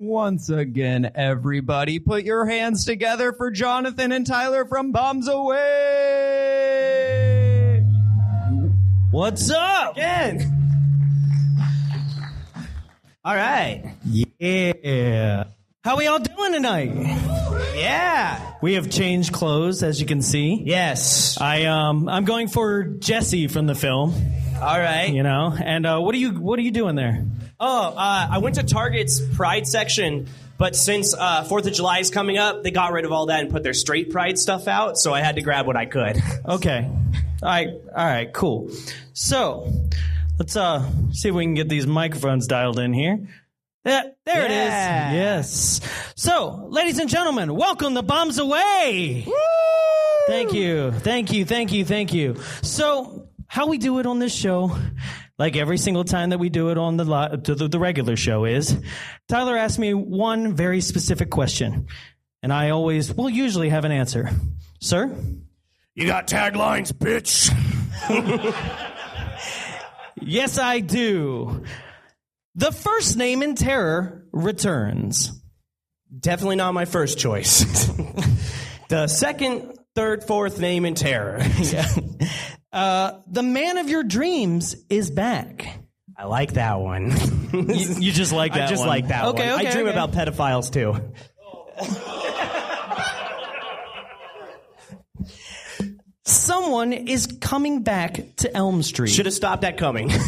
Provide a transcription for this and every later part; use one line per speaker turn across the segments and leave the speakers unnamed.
Once again, everybody, put your hands together for Jonathan and Tyler from Bombs Away.
What's up?
Again.
All right. Yeah. How we all doing tonight?
Yeah.
We have changed clothes, as you can see.
Yes.
I um I'm going for Jesse from the film,
All right.
you know. And uh, what are you what are you doing there?
Oh, uh, I went to Target's Pride section, but since uh, Fourth of July is coming up, they got rid of all that and put their straight Pride stuff out. So I had to grab what I could.
Okay. All right. All right. Cool. So let's uh see if we can get these microphones dialed in here. Yeah, there
Yeah.
it is. Yes. So, ladies and gentlemen, welcome to Bombs Away. Thank you. Thank you. Thank you. Thank you. So, how we do it on this show, like every single time that we do it on the li- to the, the regular show, is Tyler asked me one very specific question, and I always, well, usually have an answer. Sir,
You got taglines, bitch.
Yes, I do. The first name in terror returns.
Definitely not my first choice. the second, third, fourth name in terror.
Uh, the man of your dreams is back.
I like that one.
You, you just like that
I just
one.
like that
okay,
one.
Okay,
I dream
okay.
about pedophiles too.
someone is coming back to Elm Street
Should have stopped at coming.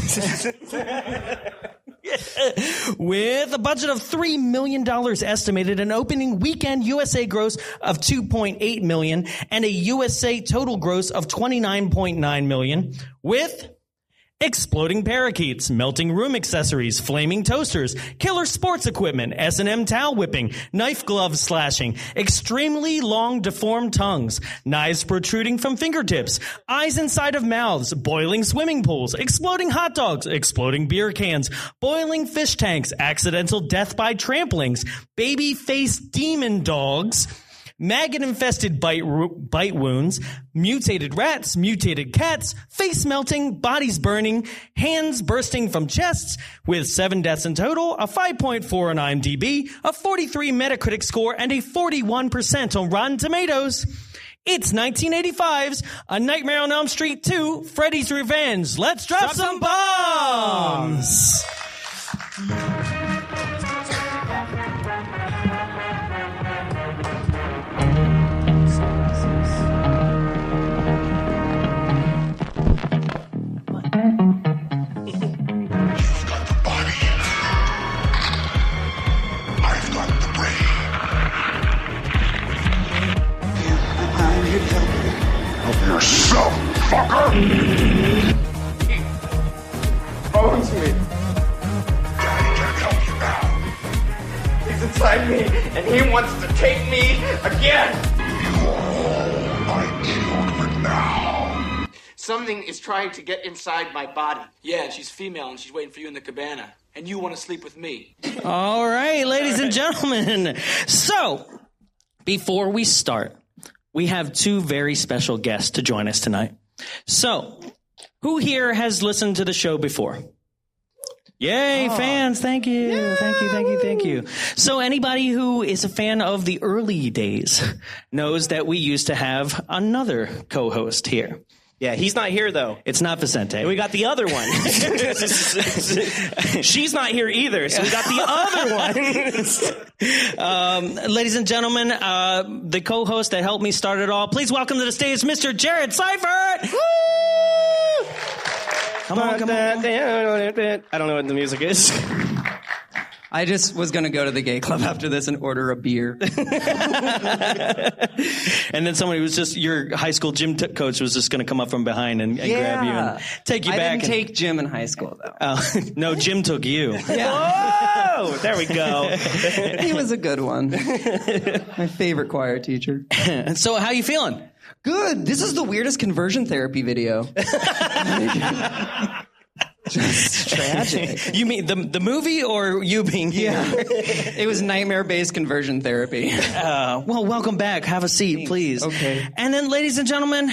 with a budget of three million dollars estimated, an opening weekend USA gross of two point eight million, and a USA total gross of twenty nine point nine million, with exploding parakeets, melting room accessories, flaming toasters, killer sports equipment, S&M towel whipping, knife glove slashing, extremely long deformed tongues, knives protruding from fingertips, eyes inside of mouths, boiling swimming pools, exploding hot dogs, exploding beer cans, boiling fish tanks, accidental death by tramplings, baby face demon dogs, maggot infested bite, ru- bite wounds, mutated rats, mutated cats, face melting, bodies burning, hands bursting from chests, with seven deaths in total, a 5.4 on IMDb, a 43 Metacritic score, and a 41% on Rotten Tomatoes. It's 1985's A Nightmare on Elm Street 2, Freddy's Revenge. Let's drop, some, bombs!
got the body. I've got the brain. Help yourself, fucker!
owns me.
Daddy can't help you now.
He's inside me, and he wants to take me again.
You are all I'm dealt with now.
Something is trying to get inside my body. Yeah, and she's female and she's waiting for you in the cabana. And you want to sleep with me.
All right, ladies and gentlemen. So, before we start, we have two very special guests to join us tonight. So, who here has listened to the show before? Yay, fans. Thank you. Thank you. Thank you. Thank you. So, anybody who is a fan of the early days knows that we used to have another co host here.
yeah, he's not here though.
It's not Vicente.
We got the other one. She's not here either, so we got the other one.
Um, Ladies and gentlemen, uh, the co-host that helped me start it all, please welcome to the stage Mr. Jared Seifert. Come on, come on.
I don't know what the music is.
I just was going to go to the gay club after this and order a beer.
And then somebody was just your high school gym t- coach was just going to come up from behind and, and grab you and take you
I
back.
didn't
and-
take Jim in high school, though.
Oh, no, Jim took you.
Whoa! There we go.
he was a good one. My favorite choir teacher.
And so, how you feeling?
Good. This is the weirdest conversion therapy video. just tragic.
You mean the the movie or you being here?
Yeah. It was nightmare based conversion therapy.
Uh, well, welcome back. Have a seat, please.
Okay.
And then, ladies and gentlemen,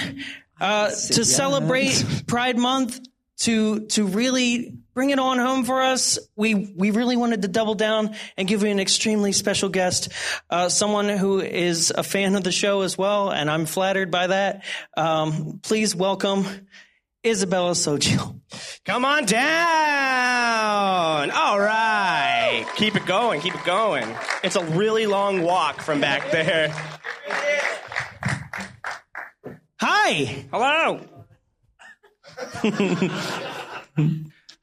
uh, to
yeah.
celebrate Pride Month,
to to really bring it on home for us. We we really wanted to double down and give you an extremely special guest, uh, someone who is a fan of the show as well, and I'm flattered by that. Um, please welcome Isabella Sochil.
Come on down. All right. Keep it going. Keep it going. It's a really long walk from back there.
Hi.
Hello.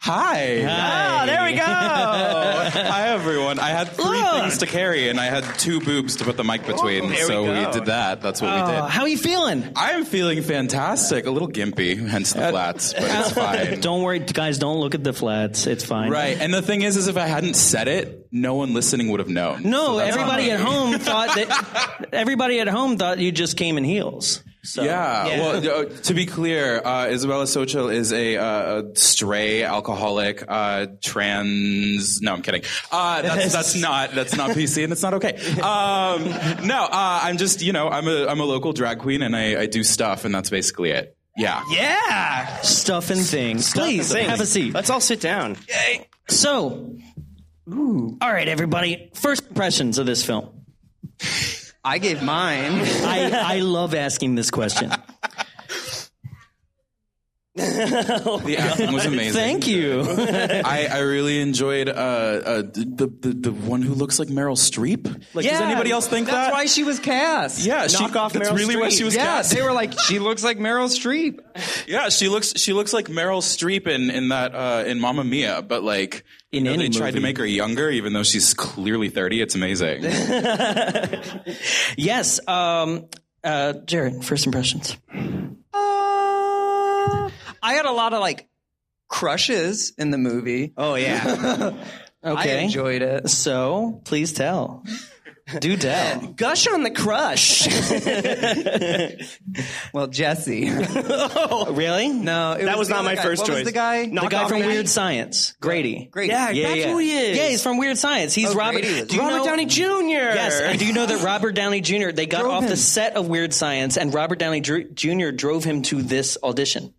Hi.
Oh, there we go.
Hi, everyone. I had three
Look.
things to carry, and I had two boobs to put the mic between,
There we
so we,
go.
did that. That's what we
Uh,
did.
how are you feeling?
I'm feeling fantastic. A little gimpy, hence the flats, but it's fine.
Uh, Don't worry, guys. Don't look at the flats. It's fine.
Right. And the thing is, is if I hadn't said it, no one listening would have known.
No,
So that's
everybody
fine.
at home thought that everybody at home thought you just came in heels. So
Yeah. Well, uh, to be clear, uh, Isabella Sochil is a, uh, a stray alcoholic, uh, trans. No, I'm kidding. Uh, that's, that's not that's not PC, and it's not okay. Um, no, uh, I'm just you know I'm a I'm a local drag queen, and I, I do stuff, and that's basically it. Yeah.
yeah.
stuff and things. Please have a seat.
Let's all sit down.
So, all right, everybody. First impressions of this film.
I gave mine.
I, I love asking this question.
The acting was amazing.
Thank you.
I, I really enjoyed uh, uh, the, the the one who looks like Meryl Streep. Like, does
Yeah,
anybody else think
That's
that?
why she was cast.
yeah, she,
Knock off
that's
Meryl
really what
Streep.
she was
Yeah,
cast.
they were like, she looks like Meryl Streep.
Yeah, she looks she looks like Meryl Streep in in that uh, in Mamma Mia, but like
In
you know,
any
they tried to
movie.
make her younger, even though she's clearly thirty. It's amazing.
yes, um, uh, Jared. First impressions.
Uh, I had a lot of like crushes in the movie.
Oh, yeah.
I
Okay.
enjoyed it.
so please tell. Do tell.
Gush on the crush.
Well, Jesse.
really?
No, it
That was
the
not
other
my
guy.
first
what
choice.
Was the guy,
Knock
The guy
off
from
Matt.
Weird Science, Grady.
Great.
yeah,
that's
yeah.
who he is.
Yeah, he's from Weird Science. He's
Oh,
Robert.
great he is.
Do you
Robert
know-
Downey Jr.
Yes, and do you know that Robert Downey Jr. They got
Drove
off the
him.
set of Weird Science, and Robert Downey Dr- Jr. drove him to this audition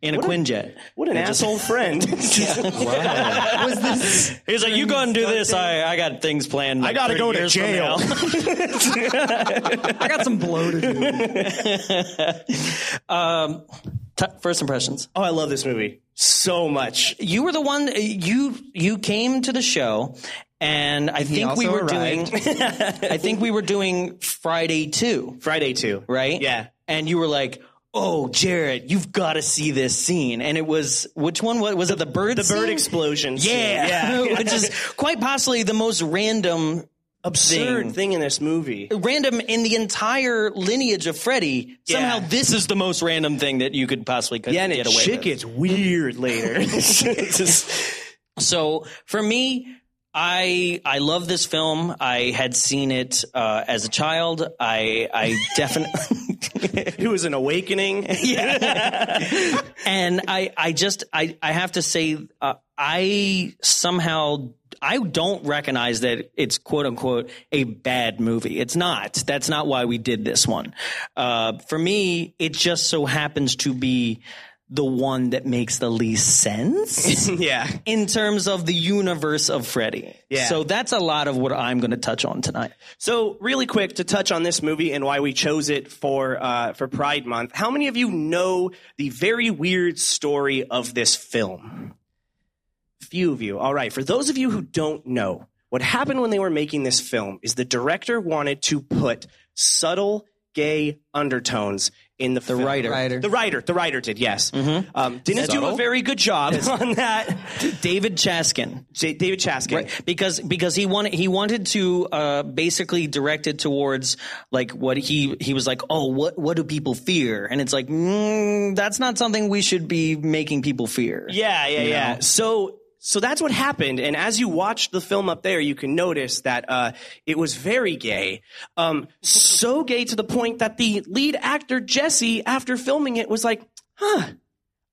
in a Quinjet.
What an asshole friend.
was this?
He's like, "You go and do this. I I got things planned.
I gotta 30 go to years from jail."
I got some blow to do.
Um, first impressions.
Oh, I love this movie so much.
You were the one. uh, You you came to the show, and I think we
also
were
arrived.
doing. I think we were doing Friday too.
Friday too.
right?
Yeah.
And you were like, "Oh, Jared, you've got to see this scene." And it was which one was, was it? The bird.
The bird
scene?
explosion. scene.
Yeah,
Yeah.
which is quite possibly the most random,
Absurd
Thing.
thing. in this movie.
random in the entire lineage of Freddy. Somehow,
Yeah.
this is the most random thing that you could possibly could
Yeah, and
get
it
away
shit
with.
gets weird later. It's just-
So for me, I I love this film. I had seen it uh, as a child. I I definitely.
it was an awakening.
and I, I just, I, I have to say, uh, I somehow, I don't recognize that it's quote unquote a bad movie. It's not. That's not why we did this one. Uh, for me, it just so happens to be the one that makes the least sense
yeah.
in terms of the universe of Freddy.
Yeah.
So that's a lot of what I'm going to touch on tonight.
So, really quick to touch on this movie and why we chose it for uh, for Pride Month. How many of you know the very weird story of this film? Few of you. All right. For those of you who don't know, what happened when they were making this film is the director wanted to put subtle gay undertones in the the
writer.
Writer.
the writer the writer did yes um, didn't do a very good job on that
David Chaskin.
J- David Chaskin
because because he wanted he wanted to uh, basically direct it towards like what he he was like oh what what do people fear and it's like mm, that's not something we should be making people fear
Yeah, yeah, yeah. So so that's what happened. And as you watch the film up there, you can notice that uh, it was very gay. Um, so gay to the point that the lead actor Jesse, after filming it, was like, huh.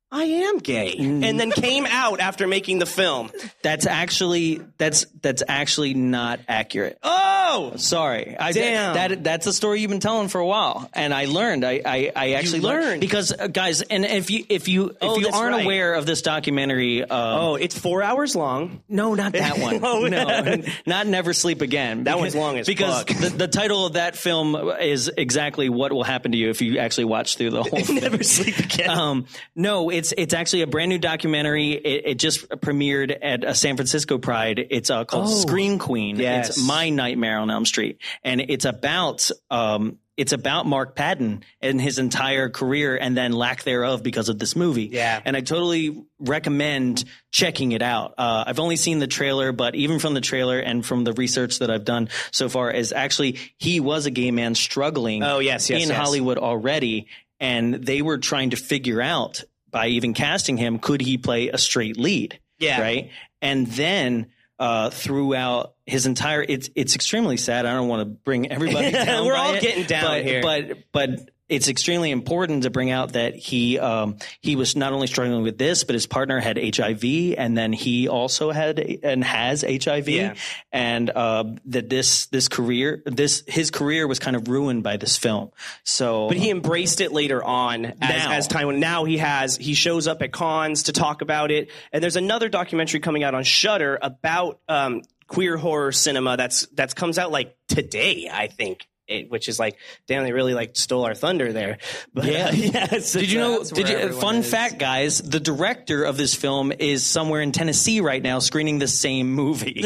I am gay, and then came out after making the film.
That's actually that's that's actually not accurate.
Oh,
Sorry, I,
Damn.
That that's a story you've been telling for a while, and I learned. I I, I actually
learned.
because uh, guys, and if you if you if
Oh,
you
that's
aren't
right.
aware of this documentary, um,
oh, it's four hours long.
No, not that one.
Oh,
no, not Never Sleep Again. That
one's long as
because
fuck.
The, the title of that film is exactly what will happen to you if you actually watch through the whole thing.
Never sleep again.
Um, no, it's it's actually a brand new documentary. It, it just premiered at a San Francisco Pride. It's uh, called Scream Queen.
Oh, Yes.
It's My Nightmare on Elm Street, and it's about um, it's about Mark Patton and his entire career, and then lack thereof because of this movie.
Yeah.
and I totally recommend checking it out. Uh, I've only seen the trailer, but even from the trailer and from the research that I've done so far, is actually he was a gay man struggling.
Oh, yes, yes,
in
yes.
Hollywood. Hollywood already, and they were trying to figure out by even casting him, could he play a straight lead?
Yeah.
Right. And then uh, throughout his entire, it's it's extremely sad. I don't want to bring everybody down.
We're
by
all
it,
getting down
but,
here.
but but it's extremely important to bring out that he um, he was not only struggling with this, but his partner had HIV, and then he also had and has HIV,
Yeah.
and uh, that this this career this his career was kind of ruined by this film. So,
But he embraced it later on as,
Now.
as time went. Now he has he shows up at cons to talk about it. And there's another documentary coming out on Shudder about um, queer horror cinema. That's that's comes out like today, I think. It, which is like, damn, they really like stole our thunder there. But, uh, yeah,
did you know? Did you, fun fact, guys, the director of this film is somewhere in Tennessee right now, screening the same movie.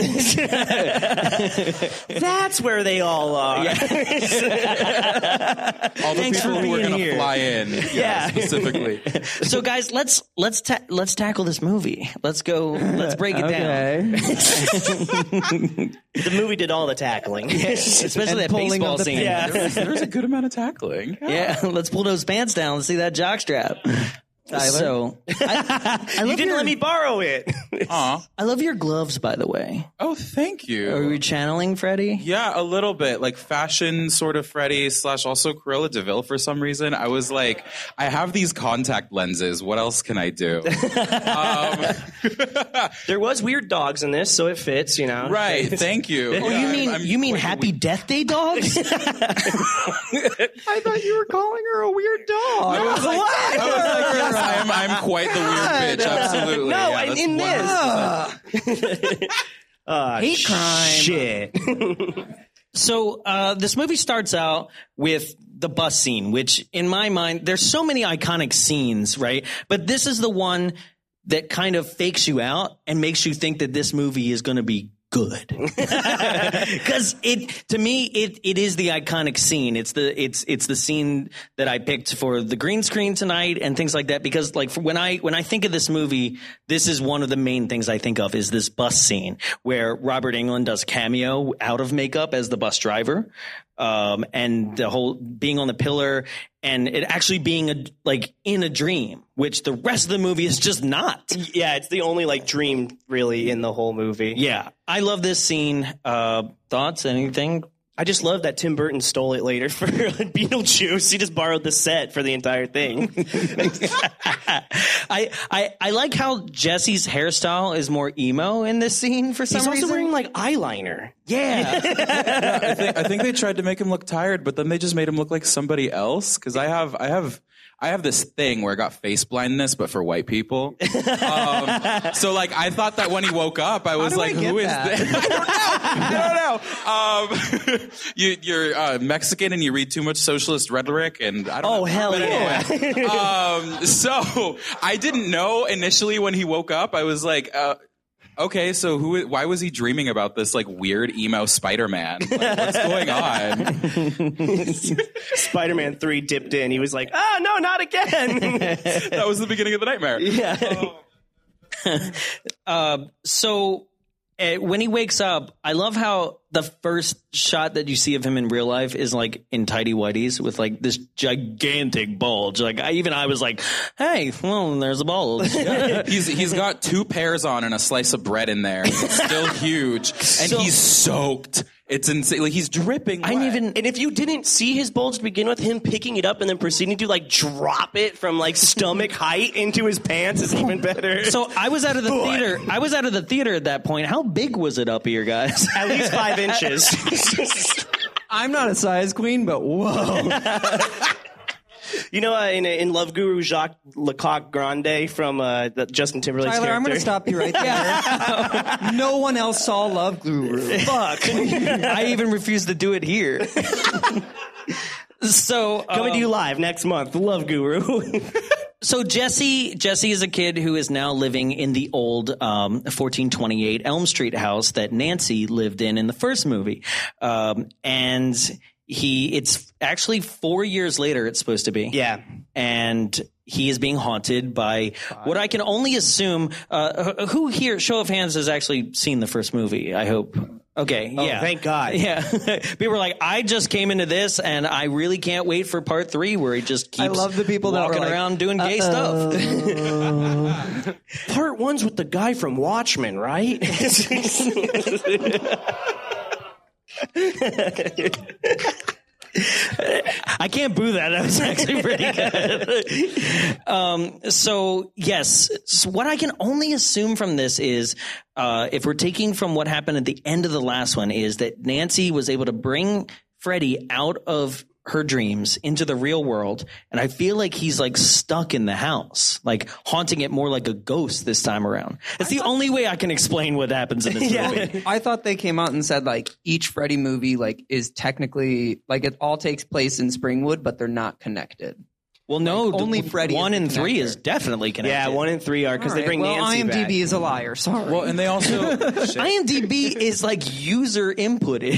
that's where they all are.
All the people who were
being
going
here.
to fly in, yeah, specifically.
so, guys, let's let's ta- let's tackle this movmovie. Let's go. Let's break it down,
The movie did all the tackling.
especially that
pulling
baseball
of the
scene.
pants.
Yeah.
There's, a good amount of tackling.
yeah, let's pull those pants down. Let's see that jockstrap. So, I, I
you
love
didn't
your,
let me borrow it.
Aw.
I love your gloves, by the way.
Oh, thank you.
Are we channeling Freddie?
Yeah, a little bit. Like fashion sort of Freddy slash also Cruella DeVille for some reason. I was like, I have these contact lenses. What else can I do?
there was weird dogs in this, so it fits, you know.
right. Thank you.
Oh, you mean you mean Happy Death Day dogs?
I thought you were calling her a weird dog.
I was like, I was like, yes, I'm, I'm quite the weird bitch. Absolutely.
No,
Yeah,
I'm
that's
in this.
100%.
Hate crime.
Shit.
So uh, this movie starts out with the bus scene, which in my mind, there's so many iconic scenes, right? But this is the one that kind of fakes you out and makes you think that this movie is going to be good because it to me it it is the iconic scene it's the it's it's the scene that i picked for the green screen tonight and things like that because like when i when i think of this movie this is one of the main things i think of is this bus scene where robert england does cameo out of makeup as the bus driver um and the whole being on the pillar and it actually being a like in a dream which the rest of the movie is just not
Yeah, it's the only like dream really in the whole movie.
yeah i love this scene uh thoughts anything
I just love that Tim Burton stole it later for Beetlejuice. He just borrowed the set for the entire thing.
I, I I like how Jesse's hairstyle is more emo in this scene for some
He's also
reason.
wearing like eyeliner.
yeah,
I think, I think they tried to make him look tired, but then they just made him look like somebody else. Because I have, I have, I have this thing where I got face blindness, but for white people. Um, so like, I thought that when he woke up, I was
do I
like,
get
"Who is
that?"
this?" I don't know. Um, you, you're uh, Mexican and you read too much socialist rhetoric, and I don't.
Oh,
know.
hell
But
yeah.
anyway, um, so I didn't know initially when he woke up. I was like. Uh, Okay, so who? Why was he dreaming about this like weird emo Spider Man? Like, what's going on?
Spider Man 3 dipped in. He was like, oh, no, not again.
That was the beginning of the nightmare.
so uh, when he wakes up, I love how the first shot that you see of him in real life is like in tidy whities with like this gigantic bulge. Like I even I was like, hey, well, there's a bulge.
He's he's got two pears on and a slice of bread in there. It's still huge, and he's soaked. It's insane. Like he's dripping.
I
wet.
didn't even.
And if you didn't see his bulge to begin with, him picking it up and then proceeding to like drop it from like stomach height into his pants is even better.
So I was out of the
Boy.
theater. I was out of the theater at that point. How big was it up here, guys?
at least five inches.
I'm not a size queen, but whoa.
you know, uh, in, in Love Guru, Jacques Lecoq Grande from uh, the Justin Timberlake's
Tyler,
character.
I'm going to stop you right there. no one else saw Love Guru.
Fuck. I even refused to do it here. so um,
Coming to you live next month, Love Guru.
So Jesse, Jesse is a kid who is now living in the old um, 1428 Elm Street house that Nancy lived in in the first movie, um, and he it's actually four years later. It's supposed to be
yeah.
and he is being haunted by what I can only assume. Uh, who here, show of hands, has actually seen the first movie? I hope. Okay.
Oh,
yeah.
thank God.
Yeah. People were like, I just came into this, and I really can't wait for part three, where he just keeps
I love the people that were
walking
like,
around doing gay
"Uh-oh."
stuff.
Part one's with the guy from Watchmen, right?
I can't boo that. That was actually pretty good. um, so yes, so what I can only assume from this is, uh, if we're taking from what happened at the end of the last one, is that Nancy was able to bring Freddie out of her dreams into the real world, and I feel like he's like stuck in the house, like haunting it more like a ghost this time around. It's the only way I can explain what happens in this movie.
I thought they came out and said like each Freddy movie like is technically like it all takes place in Springwood, but they're not connected.
Well, no,
only
the-
Freddy is
One
the
and three
connector.
is definitely connected.
yeah, one and three are because they
Alright,
bring
well,
Nancy
IMDb
back.
is a liar. Sorry.
Well, and they also.
IMDb is like user inputted.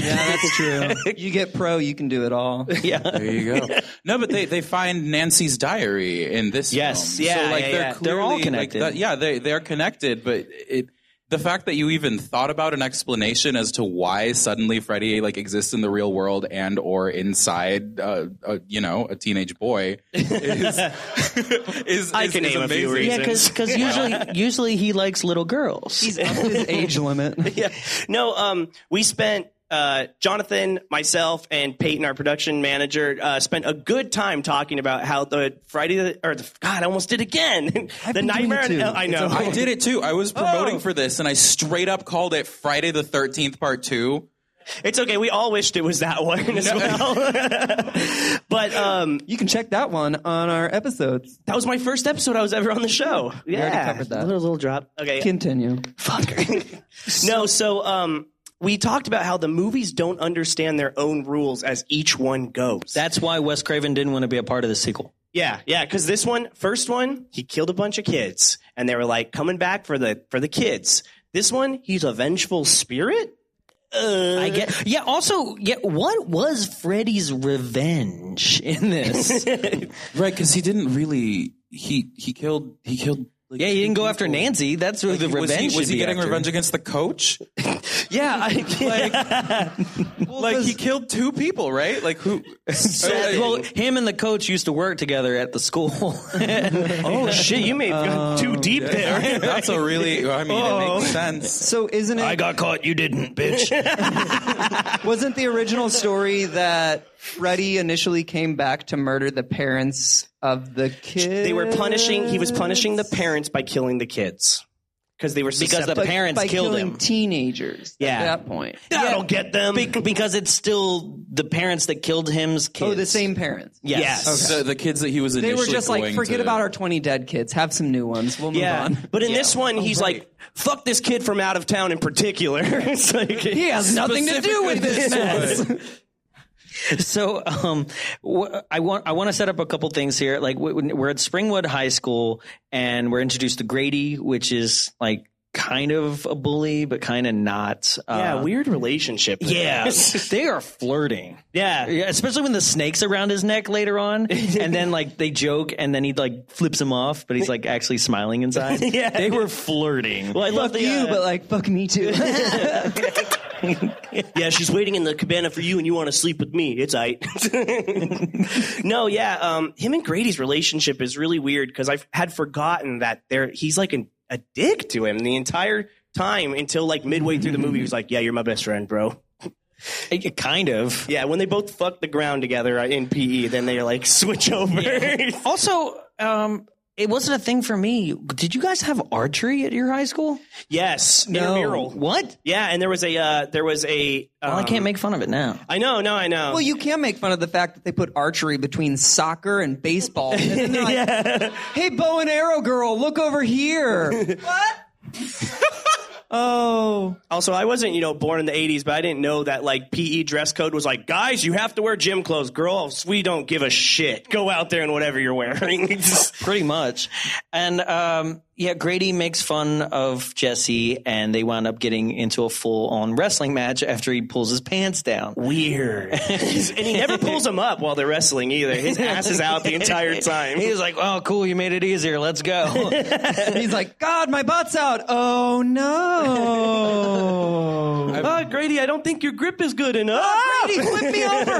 that's true. you get pro, you can do it all.
There you go. No, but they, they find Nancy's diary in this.
Yes,
film.
yeah,
so, like,
yeah,
they're,
yeah.
Clearly,
They're all
like,
connected.
that- yeah, they they're connected, but it. The fact that you even thought about an explanation as to why suddenly Freddy like exists in the real world and or inside, uh, uh, you know, a teenage boy is is,
I
is-
can
is
name a few
amazing.
reasons.
because usually usually he likes little girls.
He's up his age limit.
yeah. No, um, we spent uh, Jonathan, myself, and Peyton, our production manager, uh, spent a good time talking about how the Friday the- or the God, I almost did again. the
been doing
Nightmare.
it
on
too.
El- I
It's
know.
I did it too. I was
Oh.
promoting for this, and I straight up called it Friday the Thirteenth Part Two.
It's okay. We all wished it was that one as well. but um,
You can check that one on our episodes.
that was my first episode I was ever on the show. Yeah,
already covered that.
Little, little drop. Okay.
Continue.
fucker. no, so um, we talked about how the movies don't understand their own rules as each one goes.
That's why Wes Craven didn't want to be a part of the sequel.
yeah, yeah, because this one, first one, he killed a bunch of kids, and they were like coming back for the for the kids. This one, he's a vengeful spirit.
I get yeah. Also, yeah. What was Freddy's revenge in this? yeah,
Right, because he didn't really he he killed he killed. Like,
he didn't go after Nancy. That's who the
was
revenge.
he, was
should
he
be
getting
after.
revenge against the coach?
Yeah, I,
like he killed two people, right? Like who?
Sad- well, him and the coach used to work together at the school.
oh shit, you may have gone too deep
Um,
there.
that's a really. I mean, it makes sense.
So isn't it
got caught, you didn't, bitch.
wasn't the original story that Freddy initially came back to murder the parents of the kid?
they were punishing. He was punishing the parents by killing the kids because they were
Because the
susceptible.
parents
by
killed
killing
him.
teenagers
Yeah.
at that point.
that'll get them.
Be- because it's still the parents that killed him's kids.
Oh, the same parents.
Yes.
Yes.
The, the kids that he was
They
initially
were just like,
going
forget
to-
about our 20 dead kids. Have some new ones. We'll move
Yeah,
on.
but in this one, he's like, "Fuck this kid from out of town in particular." it's like,
He has nothing to do with this mess.
So, um, wh- I want I want to set up a couple things here. Like w- when- we're at Springwood High School, and we're introduced to Grady, which is like kind of a bully, but kind of not.
yeah,
Uh,
weird relationship.
Yeah, they are flirting.
yeah,
Yeah, especially when the snake's around his neck later on, and then like they joke, and then he like flips him off, but he's like actually smiling inside.
Yeah.
they were flirting.
Well, I love
fuck
the,
you,
uh,
but like, fuck me too.
uh, yeah, she's waiting in the cabana for you, and you want to sleep with me. It's aight. no, yeah, um, him and Grady's relationship is really weird because I had forgotten that there he's like an, a dick to him the entire time until like midway through the movie. He was like, "Yeah, you're my best friend, bro."
Kind of.
Yeah, when they both fuck the ground together uh, in PE, then they like switch over.
Also, um, it wasn't a thing for me. Did you guys have archery at your high school? Oh,
yes, intramural.
What?
Yeah, and there was a uh, there was a. Um,
Well, I can't make fun of it now.
I know, no, I know.
Well, you can make fun of the fact that they put archery between soccer and baseball. And then they're like, hey, bow and arrow girl, look over here.
also, I wasn't you know born in the '80s, but I didn't know that like PE dress code was like, guys, you have to wear gym clothes. Girls, we don't give a shit. Go out there in whatever you're wearing. Just-
pretty much. And um, yeah, Grady makes fun of Jesse, and they wind up getting into a full-on wrestling match after he pulls his pants down.
Weird. He's- and he never pulls them up while they're wrestling either. His ass is out the entire time.
He's like, "Oh, cool, you made it easier. Let's go."
He's like, God, my butt's out. Oh, no.
Ah, Grady, I don't think your grip is good enough.
Ah!
Brady, flip me over,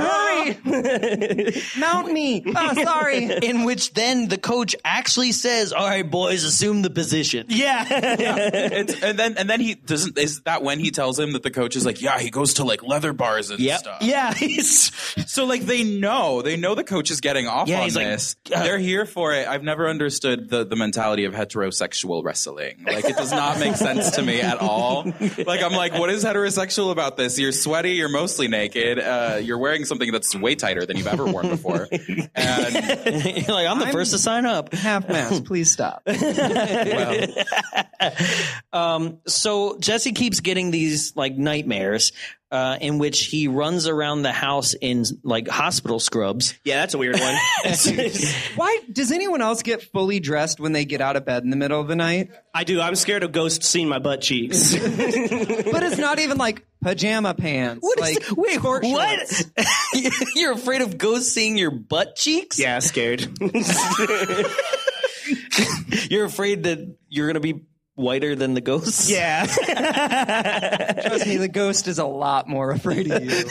hurry. Mount me. Ah, sorry.
In which then the coach actually says, "All right, boys, assume the position."
Yeah.
It's, and then and then he doesn't. Is that when he tells him that the coach is like, yeah, he goes to like leather bars and stuff.
Yeah, he's
So like they know, they know the coach is getting off
Yeah,
on
he's like,
this. They're here for it. I've never understood the the mentality of heterosexual wrestling. Like it does not make sense to me at all. Like I'm like, what is heterosexual about this? You're sweaty. You're mostly naked. Uh, you're wearing something that's way tighter than you've ever worn before. And
You're like, "I'm the first to sign up."
Half mast, please stop.
well,
so Jesse keeps getting these like nightmares uh, in which he runs around the house in like hospital scrubs.
Yeah, that's a weird one.
Why does anyone else get fully dressed when they get out of bed in the middle of the night?
I do. I'm scared of ghosts seeing my butt cheeks.
But it's not even like pajama pants.
What is
like,
th- wait,
short shorts.
what? You're afraid of ghosts seeing your butt cheeks?
yeah, scared.
You're afraid that you're gonna be whiter than the ghosts?
yeah.
Trust me, the ghost is a lot more afraid of you.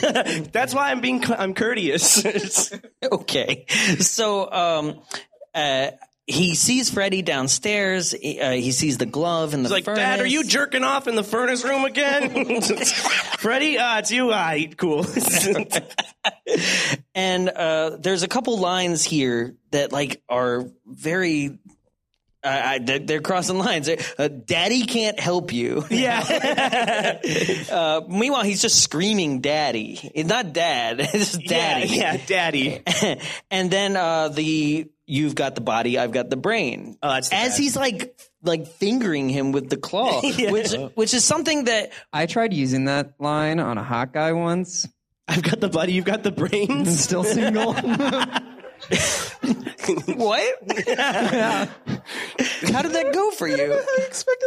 That's why I'm being I'm courteous.
Okay. So um uh he sees Freddy downstairs. He, uh, he sees the glove and the
like,
furnace.
Dad, are you jerking off in the furnace room again? Freddie, uh, it's you. I cool.
and uh, there's a couple lines here that like are very I, I, they're, they're crossing lines. Uh, Daddy can't help you.
yeah,
Uh, meanwhile, he's just screaming, "Daddy!" It's not dad. It's just daddy.
yeah, Daddy.
and then uh, the you've got the body, I've got the brain.
Oh, that's the
As
best.
he's like like fingering him with the claw, which which is something that
I tried using that line on a hot guy once.
I've got the body. You've got the brains.
Still single.
what? How did that go for you?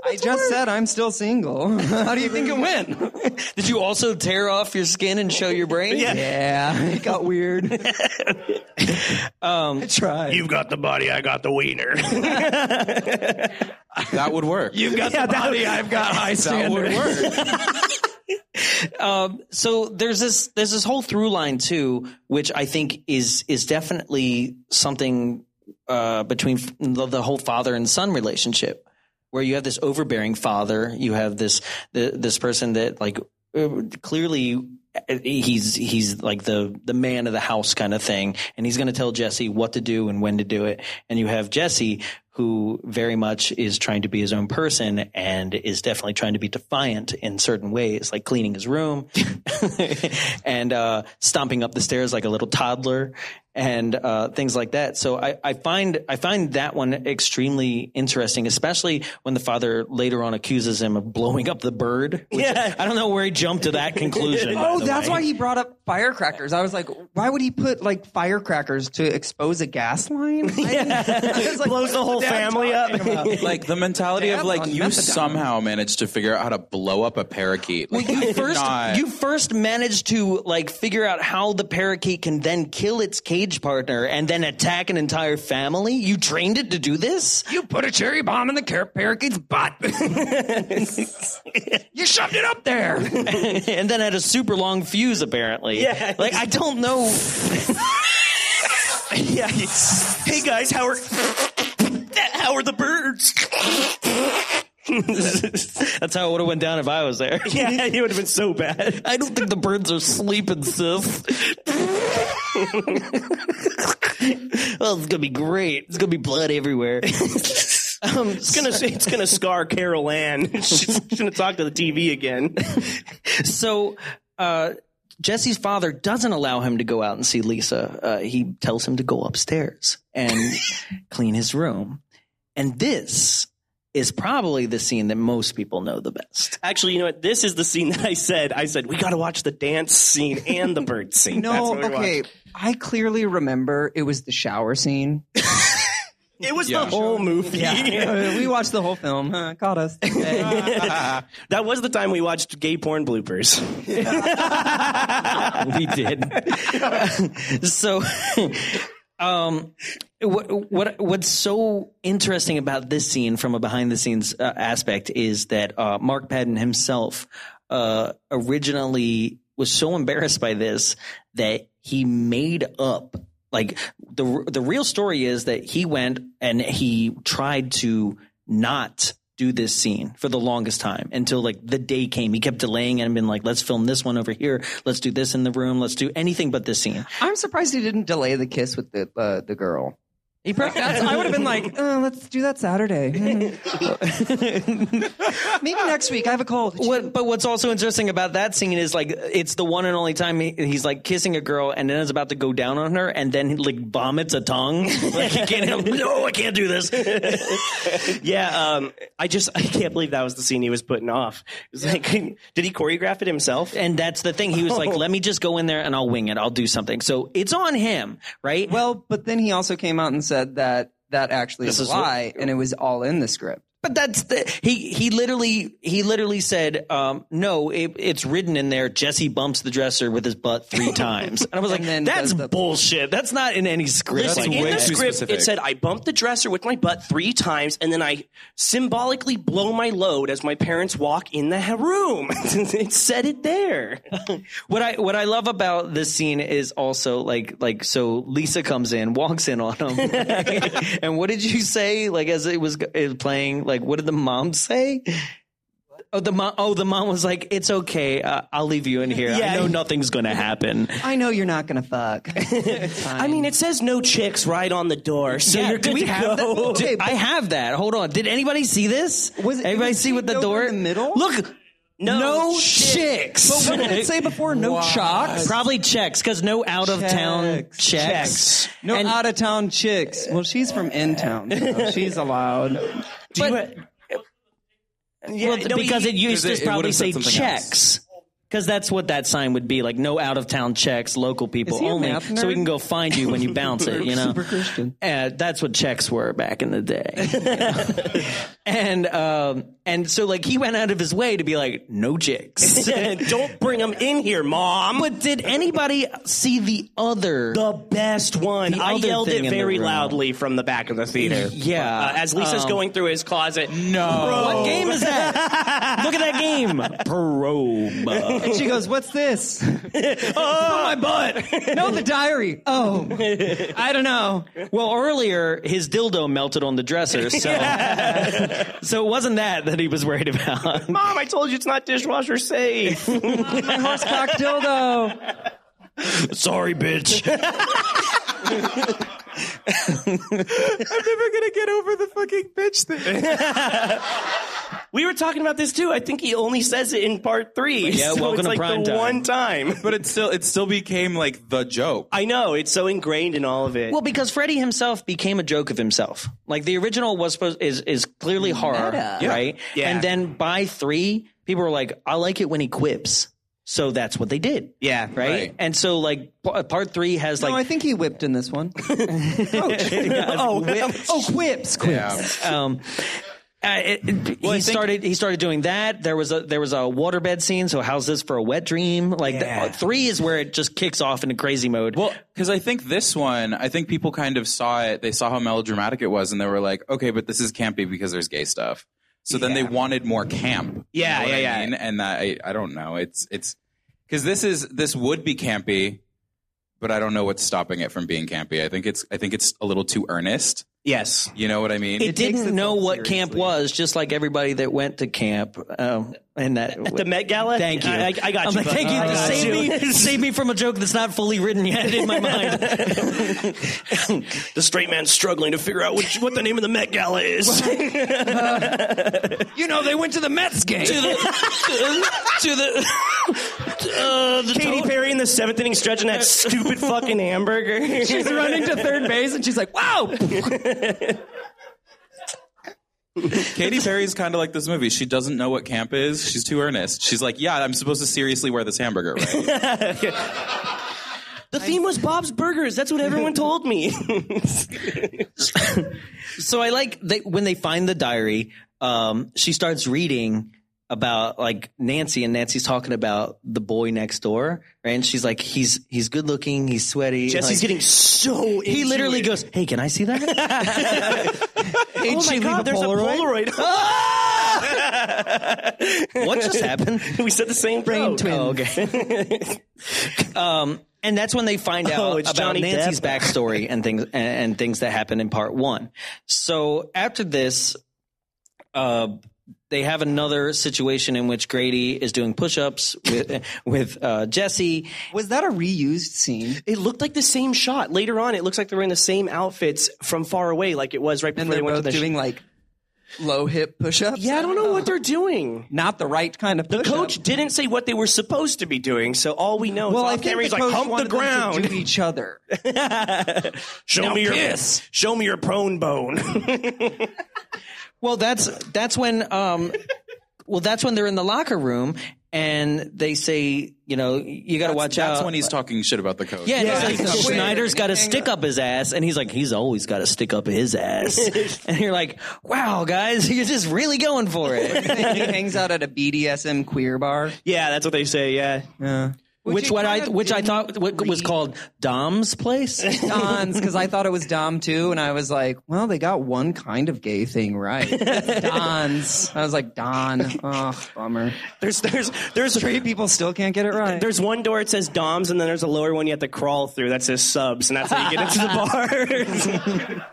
I just said I'm still single. How do you think it went?
Did you also tear off your skin and show your brain?
Yeah.
Yeah, it got weird. um, I tried.
You've got the body, I got the wiener.
that would work.
You've got the body, I've got high
that would
standards.
work.
so there's this there's this whole through line too, which I think is is definitely something uh, between f- the, the whole father and son relationship, where you have this overbearing father, you have this the, this person that like uh, clearly uh, he's he's like the the man of the house kind of thing, and he's going to tell Jesse what to do and when to do it, and you have Jesse who very much is trying to be his own person and is definitely trying to be defiant in certain ways, like cleaning his room and uh, stomping up the stairs like a little toddler and uh, things like that. So I, I find I find that one extremely interesting, especially when the father later on accuses him of blowing up the bird. which
Yeah.
I don't know where he jumped to that conclusion. by
Oh,
the
that's
way.
why he brought up firecrackers. I was like, why would he put like firecrackers to expose a gas line? Yeah. I was like,
Blows the whole family up.
like the mentality of
Dad
like
on
you
methadone.
somehow managed to figure out how to blow up a parakeet. Like,
you
did
first
not-
you first managed to like figure out how the parakeet can then kill its cage partner and then attack an entire family. You trained it to do this.
You put a cherry bomb in the car- parakeet's butt. you shoved it up there.
and then had a super long fuse apparently. Yeah. Like I don't know.
yeah. Hey guys, how are how are the birds?
That's how it would have went down if I was there.
yeah, it would have been so bad.
I don't think the birds are sleeping, sis. well, it's gonna be great. It's gonna be blood everywhere. um,
It's gonna, it's gonna scar Carol Ann. She's gonna talk to the TV again.
so uh, Jesse's father doesn't allow him to go out and see Lisa. Uh, he tells him to go upstairs and clean his room. And this is probably the scene that most people know the best.
Actually, you know what? This is the scene that I said. I said we gotta watch the dance scene and the bird scene. That's
No,
what we
okay. I clearly remember it was the shower scene.
watched. it was the
Yeah.
whole movie.
we watched the whole film. Huh, caught us.
that was the time we watched gay porn bloopers.
We did. so, um, what, what what's so interesting about this scene from a behind the scenes uh, aspect is that uh, Mark Patton himself uh, originally was so embarrassed by this that he made up like the the real story is that he went and he tried to not do this scene for the longest time until like the day came. He kept delaying it and been like, let's film this one over here. Let's do this in the room. Let's do anything but this scene.
I'm surprised he didn't delay the kiss with the uh, the girl. He probably, I would have been like, uh, let's do that Saturday. Maybe next week. I have a cold.
What, but what's also interesting about that scene is like it's the one and only time he, he's like kissing a girl and then is about to go down on her and then like vomits a tongue. Like he can't help. No, I can't do this.
yeah, um, I just I can't believe that was the scene he was putting off. It was like, did he choreograph it himself?
And that's the thing. He was
Oh.
like, "Let me just go in there and I'll wing it. I'll do something." So it's on him, right?
Well, but then he also came out and said that that actually is a
is what-
lie, and it was all in the script.
But that's the he he literally he literally said um, no it, it's written in there Jesse bumps the dresser with his butt three times and I was like
then
that's
does the-
bullshit that's not in any script
Listen,
That's
in
way
the
too
script,
specific.
it said I bumped the dresser with my butt three times, and then I symbolically blow my load as my parents walk in the ha- room. it said it there.
what I what I love about this scene is also like like so Lisa comes in walks in on him and what did you say like as it was, go- it was playing like what did the mom say. Oh the mom! Oh the mom was like, "It's okay. Uh, I'll leave you in here. I know nothing's going to happen."
I know you're not gonna fuck.
I mean, it says no chicks right on the door, so
Yeah,
you're
do
good
we
to
have
go.
that? Did- I have that. Hold on. Did anybody see this?
Was it-
anybody
it was
see what the
taped over
door
in the middle?
Look, no, chicks.
But what did it say before? No chocks.
Probably checks because no out of town
Checks.
checks. checks.
No out of town chicks. Well, she's from in town. so she's allowed.
But,
Yeah,
well,
no,
because
he-
it used
it-
to
it
probably
would've said
say
something else.
checks. Because that's what that sign would be like. No out of town checks, local people
Is he a
only.
math
So we
nerd?
can go find you when you bounce it. You know,
Super Christian.
Uh, that's what checks were back in the day. and um, and so like he went out of his way to be like no chicks.
Don't bring them in here, mom.
but did anybody see the other?
the best one.
The
I
other
yelled it
thing in the
very
room.
loudly from the back of the theater.
Yeah.
Uh, as Lisa's
Um,
going through his closet.
No.
what game is that? Look at that game. Probe.
And she goes, "What's this?
Oh my butt.
no, the diary. Oh,
I don't know. Well, earlier his dildo melted on the dresser, so so it wasn't that that he was worried about.
Mom, I told you it's not dishwasher safe.
my horsecock dildo.
Sorry, bitch.
never gonna get over the fucking bitch thing.
we were talking about this too. I think he only says it in part three.
Yeah,
so
welcome
it's
to
like
prime
the
time.
One time.
but it still it still became like the joke.
I know it's so ingrained in all of it.
Well, because Freddy himself became a joke of himself. Like the original was supposed is is clearly horror, right?
Yeah.
And then by three, people were like, "I like it when he quips." So that's what they did.
yeah,
Right?
Right.
and so like p- part three has
No, Oh, I
like
think he whipped in this one. oh, whip. oh, quips, quips.
Yeah.
um, uh, it- it- he started. He started doing that. There was a there was a waterbed scene. So how's this for a wet dream? Like the, three is where it just kicks off into crazy mode.
Well, because I think this one, I think people kind of saw it. They saw how melodramatic it was, and they were like, "Okay, but this is campy because there's gay stuff." So then they wanted more camp. You
Yeah,
know what
yeah,
I
yeah.
mean? And that I, I don't know. It's it's because this is this would be campy, but I don't know what's stopping it from being campy. I think it's I think it's a little too earnest.
Yes.
You know what I mean?
It, didn't know what camp was, just like everybody that went to camp. Um, and that
The Met Gala?
Thank you.
I, I- I got
I'm
you.
like,
bud.
thank you.
I got
save
you.
me, save me from a joke that's not fully written yet in my mind.
The straight man's struggling to figure out what, what the name of the Met Gala is.
You know, they went to the Mets game.
to the uh, the
Katy Perry in the seventh inning stretch and that stupid fucking hamburger.
She's running to third base and she's like, wow.
Katy Perry's kind of like this movie. She doesn't know what camp is. She's too earnest. She's like, yeah, I'm supposed to seriously wear this hamburger, right?
the theme was Bob's Burgers. That's what everyone told me.
So I like they, when they find the diary. Um, she starts reading about like Nancy, and Nancy's talking about the boy next door, right? And she's like, "He's he's good looking, he's sweaty."
Jesse's
like,
getting so.
He
into
literally
it.
goes, "Hey, can I see that?"
Oh my god! There's a Polaroid.
what just happened?
we said the same
Brain
joke.
twin.
Oh, okay. um, and that's when they find out
it's
about
Johnny
Nancy's
Depp.
backstory and things and, and things that happen in part one. So after this, uh, they have another situation in which Grady is doing push-ups with with uh, Jesse.
Was that a reused scene?
It looked like the same shot. Later on, it looks like they were in the same outfits from far away, like it was right before
And
they
they're
went to
both
the. sh-
doing like low hip push ups?
yeah, I don't know what they're doing.
Not the right kind of push
Coach didn't say what they were supposed to be doing, so all we know
Well,
is
I
off
think the
camera he's
coach
like, hump the
wanted them to
ground.
do each other.
Show me your Show me your prone bone.
Well, that's that's when um, well that's when they're in the locker room and they say, you know, you got to watch out.
That's when he's talking shit about the coach.
Yeah, and he's
Yeah.
like,
Wait,
Schneider's got a
hang
stick up his ass, and he's like, he's always got a stick up his ass. and you're like, wow, guys, you're just really going for it.
he hangs out at a BDSM queer bar.
yeah, that's what they say. Yeah,
which
you
what
kind
I
of
which I thought
didn't
w- was
read.
called Dom's place.
Don's because I thought it was Dom too, and I was like, well, they got one kind of gay thing right. Don's. I was like, Don. Oh, bummer.
there's there's there's
Straight people still can't get it right.
there's one door it says Doms, and then there's a lower one you have to crawl through that says Subs, and that's how you get into the bar.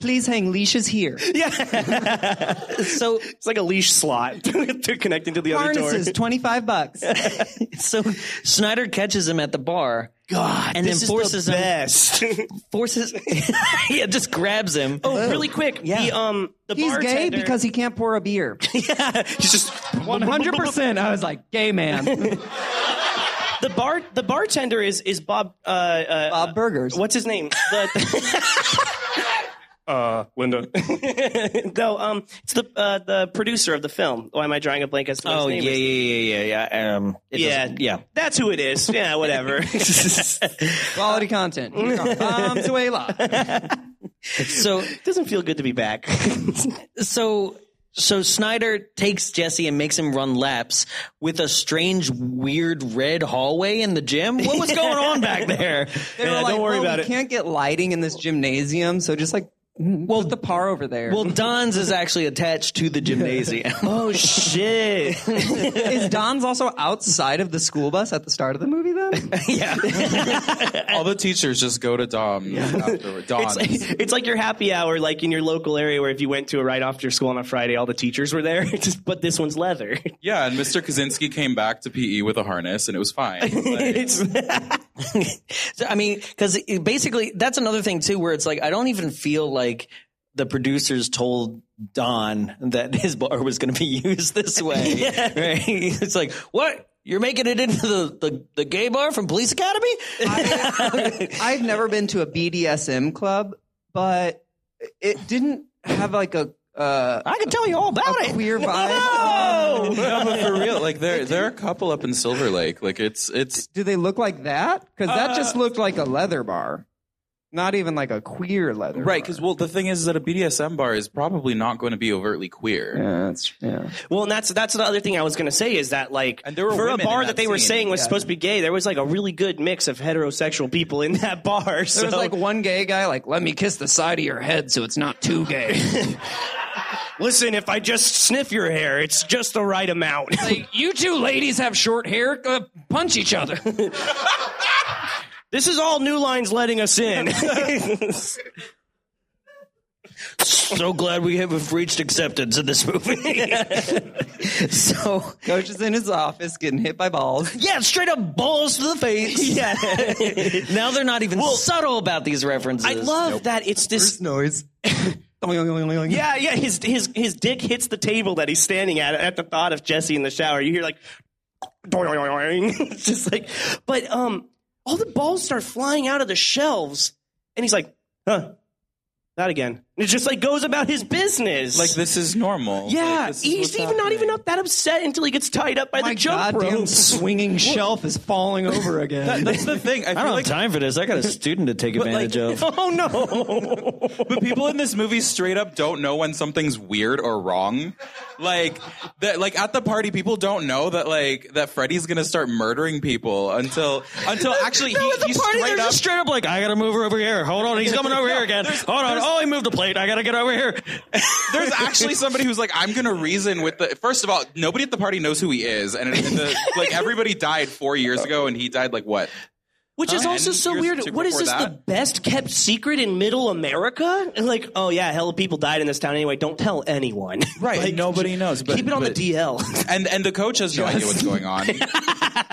Please hang leashes here.
so
it's like a leash slot to connecting to the other
Harnesses,
door.
twenty five bucks.
so Schneider catches him at the bar.
God,
And
this
then
is
forces
the
him-
best.
Forces, yeah, just grabs him.
Oh, really quick. Yeah. He, um, the
He's gay
bartender-
because he can't pour a beer.
he's just
One hundred percent. I was like, gay man.
the bar. The bartender is is Bob. Uh, uh,
Bob Burgers.
what's his name? The, uh, Linda. no, um, it's the uh, the producer of the film. Why am I drawing a blank as to what his
Oh
name
yeah,
is?
yeah, yeah, yeah, yeah. Um, it
Yeah,
doesn't- yeah.
That's who it is. Yeah, whatever.
Quality content. Um, Dom's
So
Doesn't feel good to be back.
so so Snyder takes Jesse and makes him run laps with a strange, weird red hallway in the gym. What was going on back there?
They were
Yeah, don't
like,
worry
well,
about
we
it."
Can't get lighting in this gymnasium, so just like well, put the par over there.
Well, Don's is actually attached to the gymnasium.
oh shit!
is Don's also outside of the school bus at the start of the movie? Then
yeah,
All the teachers just go to Dom afterward. Don.
It's like, it's like your happy hour, like in your local area, where if you went to a right after school on a Friday, all the teachers were there. Just but this one's leather.
yeah, and Mr. Kaczynski came back to PE with a harness, and it was fine. Like,
It's-
So, I mean, because basically that's another thing too, where it's like I don't even feel like the producers told Don that his bar was going to be used this way. Right? It's like what. You're making it into the, the, the gay bar from Police Academy?
I've never been to a BDSM club, but it didn't have like a uh,
I can tell you all about
a
it.
queer vibe.
no, but for real, like there there are a couple up in Silver Lake. Like it's it's
Do they look like that? Because that just looked like a leather bar, not even like a queer leather. bar.
right because well the thing is that a BDSM bar is probably not going to be overtly queer.
yeah, that's yeah.
Well, and that's that's the other thing I was going to say is that like
And there were
for a
women in
bar
that
that, they were
scene,
saying was
yeah.
supposed to be gay, there was like a really good mix of heterosexual people in that bar. So
There was like one gay guy, like, let me kiss the side of your head so it's not too gay.
Listen, if I just sniff your hair, it's just the right amount.
Like, you two ladies have short hair. Uh, punch each other.
this is all New Lines letting us in. so glad we have reached acceptance in this movie.
So
Coach is in his office getting hit by balls.
yeah, straight up balls to the face. Yeah. now they're not even subtle about these references.
I love that it's this
Noise. yeah.
Yeah, yeah. His his his dick hits the table that he's standing at at the thought of Jesse in the shower. You hear like, it's just like, but um, all the balls start flying out of the shelves, and he's like, huh, that again. And it just like goes about his business.
Like this is normal.
yeah,
Like, this is
he's
what's
even not even
happening.
up that upset until he gets tied up by
My
the jump
goddamn
rope.
swinging shelf is falling over again.
That's the thing. I,
I
feel
don't
like
have time for this. I got a student to take advantage of.
Oh no!
But people in this movie straight up don't know when something's weird or wrong. Like that like at the party people don't know that like that Freddy's going to start murdering people until until actually he,
At the
he
party,
straight
they're
up
just straight up like, I gotta move her over here. Hold on, he's coming over here again. Hold on. Oh, he moved the plate. I gotta get over here.
there's actually somebody who's like I'm going to reason with the First of all, nobody at the party knows who he is and, it- and the, like everybody died 4 years ago and he died like what?
Which is
Huh?
also
Uh, And
so
years
weird.
to
What is
before
this? The
that?
best kept secret in Middle America? And like, oh yeah, hell, people died in this town anyway. Don't tell anyone.
Right.
Like,
nobody knows. But,
Keep it on
but-
the DL.
and and the coach has no idea what's going on.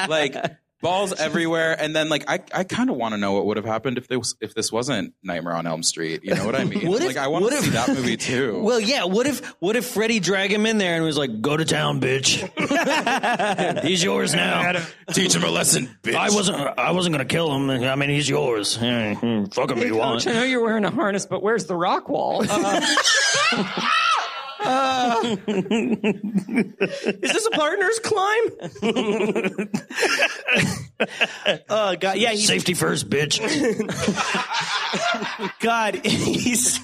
like balls everywhere, and then like I I kind of want to know what would have happened if this if this wasn't Nightmare on Elm Street. You know what I mean?
What if-
like I want
what
to
if-
see that movie too.
Well, yeah. What if what if Freddy drag him in there and was like, "Go to town, bitch. he's yours now."
Teach him a lesson, bitch.
I wasn't I wasn't gonna kill him. I mean, he's yours. Yeah, hmm, Fuck him if you want.
Coach, I know you're wearing a harness, but where's the rock wall?
is this a partner's climb? oh god, yeah, he's,
Safety first, bitch.
god, he's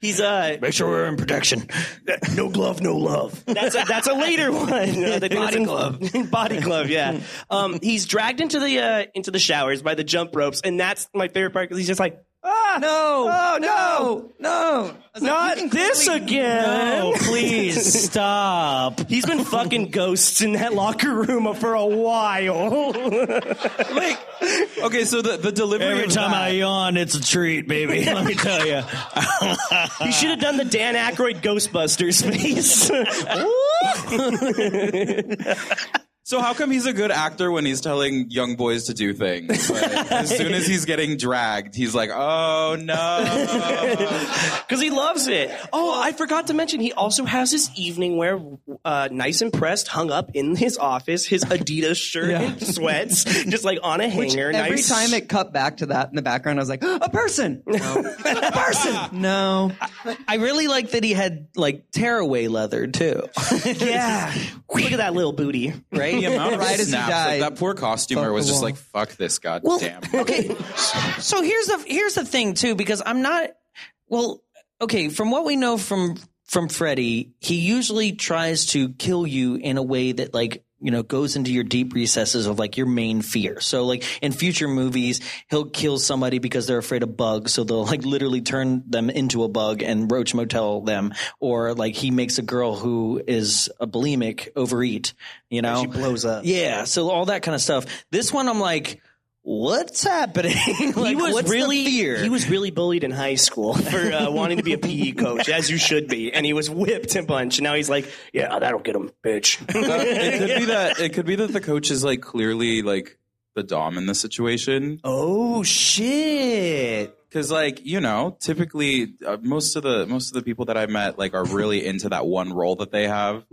he's uh.
Make sure we're in protection. No glove, no love.
That's a, that's a later one. Uh, the body glove, body glove. Yeah. Um, he's dragged into the uh, into the showers by the jump ropes, and that's my favorite part because he's just like, ah,
no.
oh no,
No.
not this again.
Oh, please stop.
He's been fucking ghosts in that locker room for a while.
like okay, so the the delivery
Every
of
time
that-
I yawn, it's a treat, baby. Let me tell you.
he should have done the Dan Aykroyd Ghostbusters face.
So how come he's a good actor when he's telling young boys to do things? Like, as soon as he's getting dragged, he's like, "Oh no!"
because he loves it. Oh, I forgot to mention he also has his evening wear, uh, nice and pressed, hung up in his office, his Adidas shirt and sweats, just like on a hanger.
Every
nice.
time it cut back to that in the background, I was like, a person. No. a person. No.
I really like that he had like tearaway leather too.
yeah, look at that little booty.
Right?
The amount of
right as he
snaps,
died.
like, that poor costumer
Fuck
was
the
just
wall.
like, "Fuck this
Well,
goddamn."
okay. So here's the here's the thing too, because I'm not. Well, okay. From what we know from from Freddy, he usually tries to kill you in a way that like you know goes into your deep recesses of like your main fear. So like in future movies, he'll kill somebody because they're afraid of bugs, so they'll like literally turn them into a bug and roach motel them, or like he makes a girl who is a bulimic overeat. You know,
blows up.
yeah, so all that kind of stuff. This one, I'm like, what's happening?
He
Like,
was
what's the
really
fear?
he was really bullied in high school for uh, wanting to be a PE coach, as you should be, and he was whipped a bunch. And now he's like, "Yeah, that'll get him, bitch."
Uh, it could be that it could be that the coach is like clearly like the dom in this situation
oh shit!
because like you know typically uh, most of the most of the people that i met like are really into that one role that they have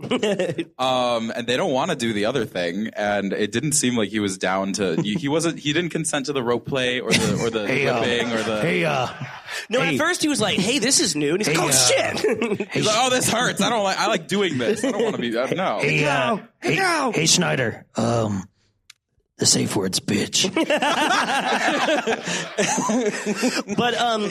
um and they don't want to do the other thing and it didn't seem like he was down to he, he wasn't he didn't consent to the rope play or the or the whipping or the
um, hey, uh,
No, at first he was like, "Hey, this is new," and he's like, "Oh
uh,
shit!"
he's like oh this hurts i don't like i like doing this i don't want to be uh, no
hey, uh, hey, hey, Schneider, um, the safe word's bitch.
But um,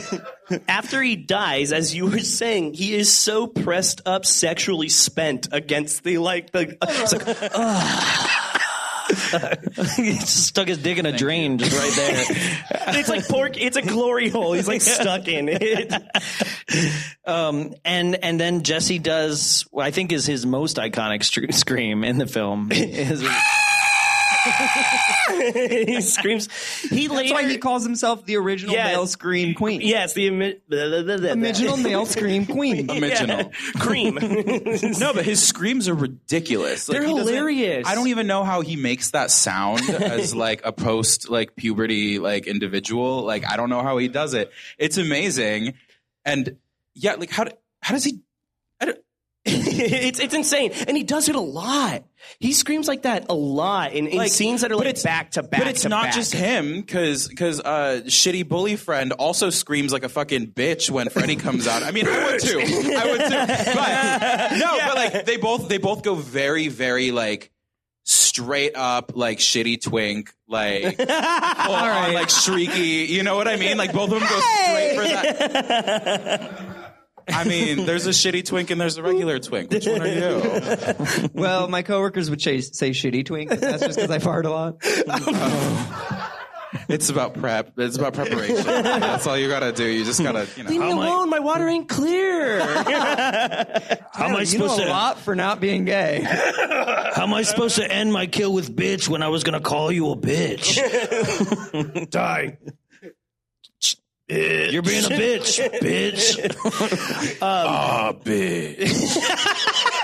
after he dies, as you were saying, he is so uh, pressed up, sexually spent against the like the. it's like, "Ugh."
he just stuck his dick in a drain just right there.
It's like pork. It's a glory hole. He's like stuck in it.
um, and and then Jesse does what I think is his most iconic str- scream in the film. Is-
he screams. He
That's
later.
why he calls himself the original
Yeah.
male scream queen.
yeah, it's the imi-
Original male scream queen.
Original.
cream.
No, but his screams are ridiculous. Like,
They're
he doesn't-
hilarious.
I don't even know how he makes that sound as like a post like puberty like individual. Like I don't know how he does it. It's amazing, and yeah, like how do, how does he? I don't,
it's it's insane, and he does it a lot. He screams like that a lot in, in
like
scenes that are
but
like
it's-
back to back.
But it's
to
not
back.
just him, because because uh, shitty bully friend also screams like a fucking bitch when Freddy comes out. I mean, I would too. I would too. But no, but like they both they both go very very like straight up like shitty twink like full on, like shrieky. You know what I mean? Like both of them go straight for that. I mean, there's a shitty twink and there's a regular twink. Which one are you?
Well, my coworkers would say, say shitty twink. but That's just because I fart a lot.
It's about prep. It's about preparation. That's all you gotta do. You just gotta, you know.
Leave me alone. My water ain't clear.
how am I
You know a lot for not being gay.
How am I supposed to end my kill with bitch when I was gonna call you a bitch? Die. You're being a bitch, bitch. Um,
Ah, bitch.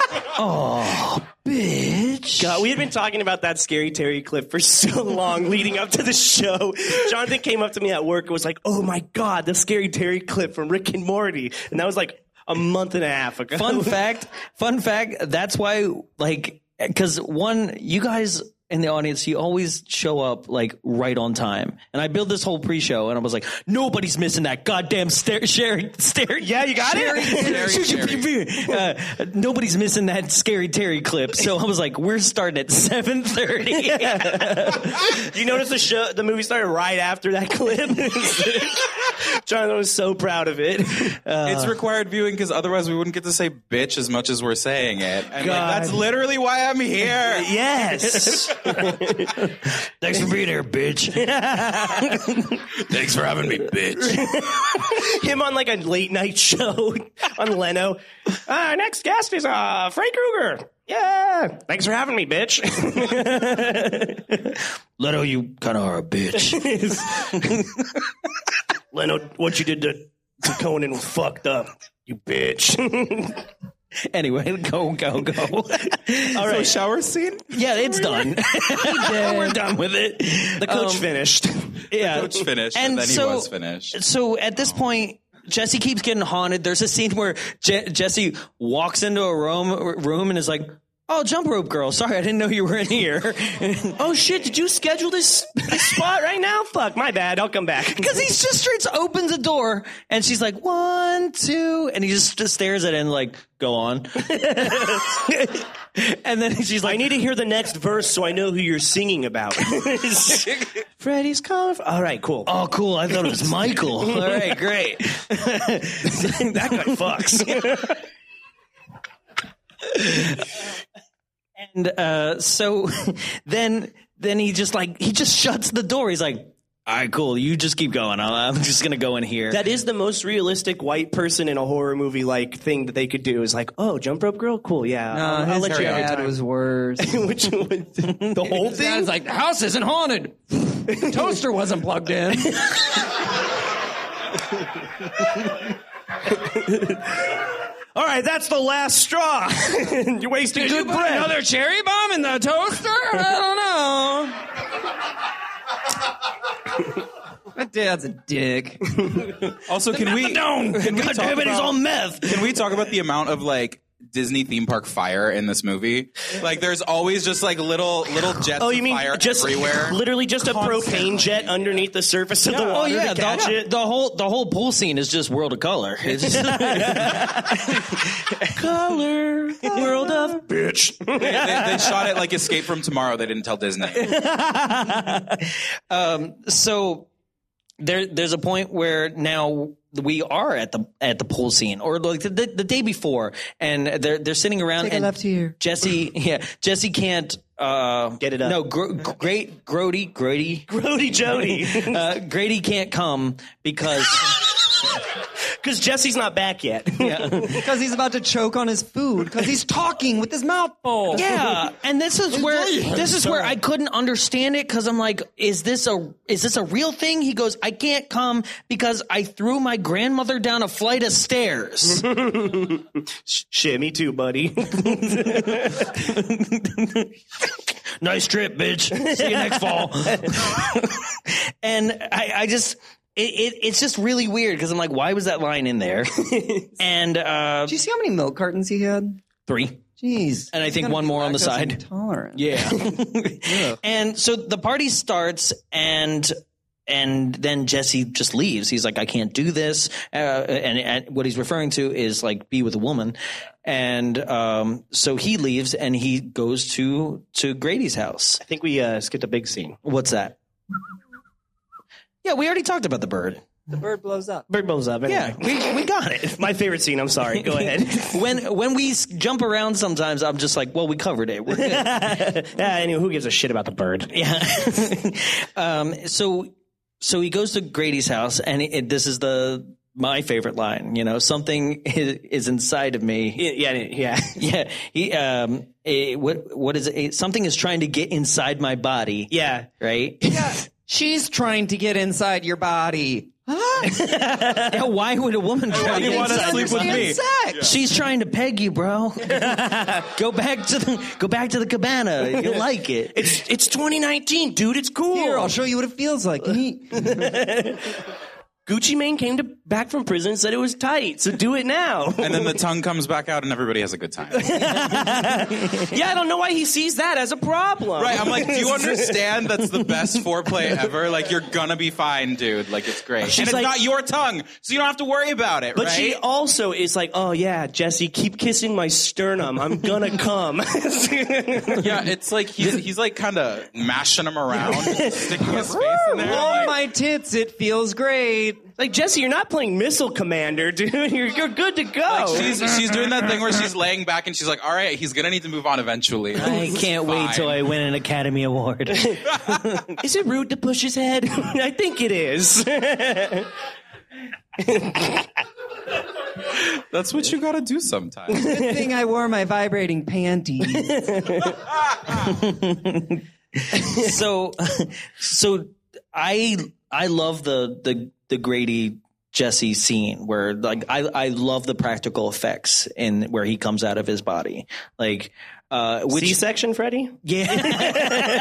bitch.
God, we had been talking about that scary Terry clip for so long leading up to the show. Jonathan came up to me at work and was like, "Oh my god, the scary Terry clip from Rick and Morty," and that was like a month and a half ago.
fun fact fun fact that's why like because one you guys in the audience you always show up like right on time and i built this whole pre-show and i was like nobody's missing that goddamn stare sharing stare yeah you got
Sherry, Sherry.
uh, nobody's missing that scary terry clip so i was like we're starting at 7.30
You notice the show, the movie started right after that clip. Jonathan was so proud of it. Uh,
It's required viewing because otherwise we wouldn't get to say bitch as much as we're saying it. And like, that's literally why I'm here.
yes.
thanks for being here bitch
Thanks for having me, bitch.
him on like a late night show on Leno. Uh, Our next guest is uh, Frank Krueger. Yeah. Thanks for having me, bitch.
leto you kind of are a bitch
Leno, what you did to, to Conan was fucked up. You bitch.
anyway go go go
All right.
Shower scene?
yeah it's done we're done with it
the coach
um,
finished.
yeah
Coach finished, and,
And
then
so-
he was finished.
so at this point jesse keeps getting haunted there's a scene where Je- jesse walks into a room room and is like oh jump rope girl sorry i didn't know you were in here
oh shit, did you schedule this, this spot right now? Fuck, my bad. I'll come back.
because he just straight opens the door and she's like one two and he just, just stares at it and like go on and then she's
I
like
need to hear the next verse so I know who you're singing about. Freddie's calling. All right, cool.
oh cool i thought it was michael all right great
that guy fucks.
and uh, so then then he just like he just shuts the door he's like all right cool you just keep going I'll, i'm just gonna go in here
that is the most realistic white person in a horror movie like thing that they could do is like, oh, jump rope girl, cool, yeah. I'll- I'll,
Uh, his
let you have your
dad
time.
was worse.
Which one- the whole thing.
Sounds like the house isn't haunted.
Toaster wasn't plugged in.
All right, that's the last straw. You're wasting
Did you
good
put
bread.
another cherry bomb in the toaster? I don't know.
My dad's a dick.
Also, can we, can we
god
talk
damn it he's
about-
on meth
Can we talk about the amount of like Disney theme park fire in this movie? Like, there's always just like little little jets
Oh, you mean
of fire
just
everywhere.
literally just a propane
Constantly.
jet underneath the surface of the water
Oh yeah,
to
the,
catch it?
the whole the whole pool scene is just world of color. It's just- color, world of
they, they- they shot it like Escape from Tomorrow. They didn't tell Disney.
so there there's a point where now we are at the at the pool scene or like the, the, the day before and they're they're sitting around and
left here.
Jesse yeah Jesse can't uh
Get it up.
no gr- great Grody Grody
Brody Jody.
uh, Grady can't come because
Because Jesse's not back yet.
Because he's about to choke on his food because he's talking with his mouth full.
yeah and this is where this is where I couldn't understand it cuz I'm like is this a is this a real thing he goes I can't come because I threw my grandmother down a flight of stairs
Shit, me too, buddy.
nice trip, bitch. See you next fall. and I, I just, it, it, it's just really weird because I'm like, why was that line in there? and uh,
Do you see how many milk cartons he had?
three.
Jeez.
And I think
He's gotta
one
be
more on the
lactose
side.
Intolerant.
Yeah. and so the party starts and and then Jesse just leaves. He's like, I can't do this. Uh, and, and what he's referring to is like be with a woman. And um, so he leaves and he goes to to Grady's house.
I think we uh, skipped a big scene.
What's that? Yeah, we already talked about the bird.
The bird blows up.
Bird blows up.
Yeah,
Anyway.
we, we got it.
My favorite scene. I'm sorry. Go ahead.
When when we s- jump around, sometimes I'm just like, well, we covered it. We're good.
Ah, anyway, who gives a shit about the bird?
yeah. um, so so he goes to Grady's house, and it, this is the my favorite line. You know, something is, is inside of me.
Yeah, yeah.
Yeah, he um, eh, what what is it? Eh, Something is trying to get inside my body.
Yeah.
Right?
She's trying to get inside your body.
Yeah, why would a woman try to
You
get
want to
inside
sleep with me?
She's trying to peg you, bro. go back to the go back to the cabana. You'll like it.
It's it's 2019, dude. It's cool.
Here, I'll show you what it feels like. He-
Gucci Mane came to, back from prison and said it was tight, so do it now.
And then the tongue comes back out, and everybody has a good time.
yeah, I don't know why he sees that as a problem.
Right? I'm like, do you understand? That's the best foreplay ever. Like, you're gonna be fine, dude. Like, it's great, and it's
like-
not your tongue, so you don't have to worry about it.
But
right?
she also is like, oh yeah, Jesse, keep kissing my sternum. I'm gonna come.
Yeah, it's like he's, he's like kind of mashing him around, sticking his face in there.
oh
like-
my tits, it feels great.
like Jesse, you're not playing Missile Commander, dude. You're, you're good to go.
She's, she's doing that thing where she's laying back and she's like, all right, he's going to need to move on eventually.
I can't wait till I win an Academy Award.
is it rude to push his head? I think it is.
That's what you got to do sometimes.
Good thing I wore my vibrating panties.
so so I I love the the the Grady Jesse scene where like I I love the practical effects in where he comes out of his body. Like uh which
C-section, Freddy.
Yeah. uh,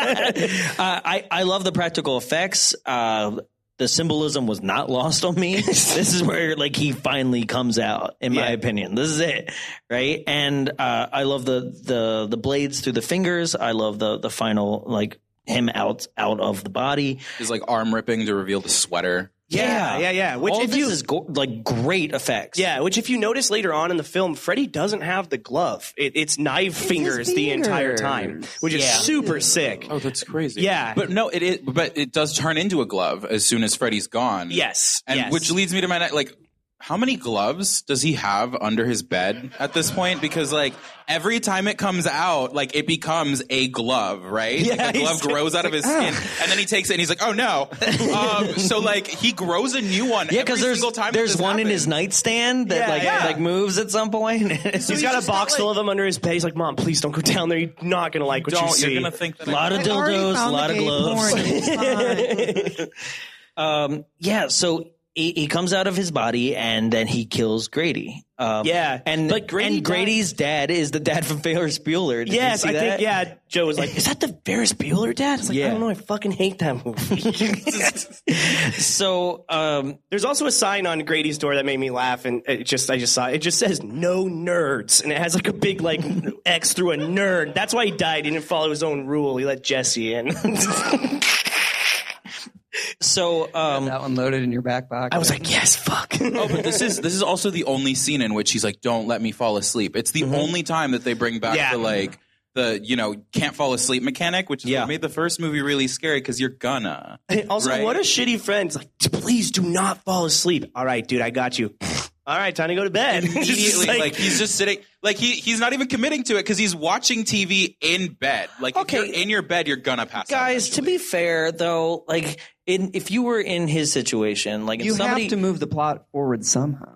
I, I love the practical effects. Uh, the symbolism was not lost on me. this is where like he finally comes out, in my
Yeah.
opinion. This is it, right? And uh, I love the the the blades through the fingers. I love the the final like him out out of the body.
He's like arm ripping to reveal the sweater.
Yeah, yeah, yeah. Which
All
if
this
you
is go- like great effects.
yeah, which if you notice later on in the film, Freddy doesn't have the glove. It, it's knife fingers, the entire time, which is
Yeah.
super sick.
Oh, that's crazy.
Yeah.
But no, it is, but it does turn into a glove as soon as Freddy's gone.
Yes,
And
yes.
which leads me to my ne- like how many gloves does he have under his bed at this point? Because like every time it comes out, like it becomes a glove, right?
Yeah,
like the glove
he's-
grows out of his skin, and then he takes it and he's like, "Oh no!" Um, so like he grows a new one.
Yeah,
every
because there's
single time that
there's
this
one in
happens.
his nightstand that
Yeah,
like
yeah.
like moves at some point.
He's got a box full of them under his bed. He's like, "Mom, please don't go down there. You're not gonna like what you
Don't
see."
you're gonna think that
a lot of
I already
dildos, a
found the
lot of
gay
gloves.
porn. It's fine.
Yeah, so he, he comes out of his body and then he kills Grady. Um,
Yeah,
and
but Grady
and Grady's dad is the dad from Ferris Bueller. Did you
yes,
see
I
that?
think yeah. Joe was like, "Is that the Ferris Bueller dad?" It's like,
Yeah.
I don't know. I fucking hate that movie.
So um,
There's also a sign on Grady's door that made me laugh, and it just I just saw it. It just says "No nerds," and it has like a big like X through a nerd. That's why he died. He didn't follow his own rule. He let Jesse in.
so um,
that one loaded in your back pocket.
I was like, "Yes, fuck."
Oh, but this is this is Mm-hmm. also the only scene in which he's like, "Don't let me fall asleep." It's the only time that they bring back
Yeah.
the like the you know can't fall asleep mechanic, which is
Yeah.
what made the first movie really scary because you're gonna.
And also,
Right.
what a shitty friend. It's like, please do not fall asleep. All right, dude, I got you. All right, time to go to bed. It's just
immediately. like, he's just sitting. Like he he's not even committing to it because he's watching TV in bed. Like
Okay.
if you're in your bed, you're gonna pass. out
Guys, to be fair though, like in if you were in his situation, like if
You
somebody
have to move the plot forward somehow.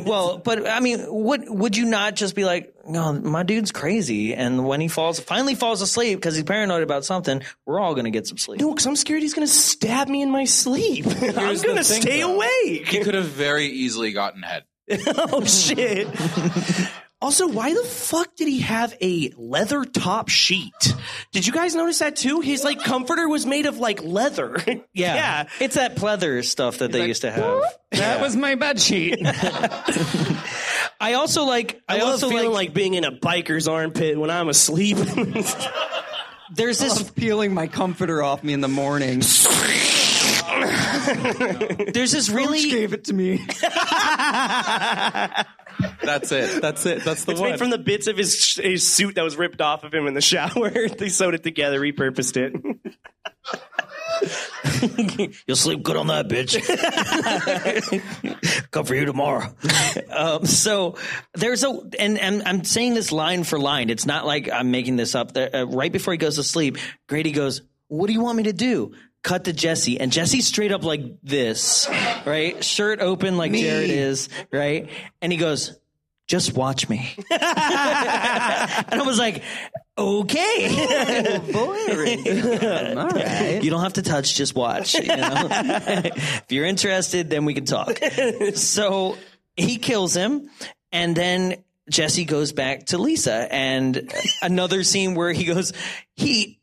well, but I mean, would would you not just be like, no, my dude's crazy, and when he falls, finally falls asleep because he's paranoid about something, we're all gonna get some sleep.
no, because I'm scared he's going to stab me in my sleep. I'm
Here's the
going to
thing,
stay
though.
awake.
He could have very easily gotten head.
oh, shit. Also, why the fuck did he have a leather top sheet? Did you guys notice that too? His like comforter was made of like leather.
Yeah. it's that pleather stuff that they used to have.
That was my bed sheet.
I also like. I,
I, love
also
feeling
like,
like being in a biker's armpit when I'm asleep.
There's this.
Peeling my comforter off me in the morning.
There's this
She
really.
gave it to me.
That's it. That's it. That's the
It's
one.
made from the bits of his, sh- his suit that was ripped off of him in the shower. they sewed it together, repurposed it.
You'll sleep good on that, bitch. Come for you tomorrow. um, so there's a, and, and I'm saying this line for line. It's not like I'm making this up. There, uh, right before he goes to sleep, Grady goes, "What do you want me to do?" Cut to Jesse, and Jesse's straight up like this, right? Shirt open like Jared is, right? And he goes, "Just watch me." and I was like, "Okay."
Oh, All right.
You don't have to touch, just watch. You know? if you're interested, then we can talk. So he kills him, and then Jesse goes back to Lisa, and another scene where he goes, "He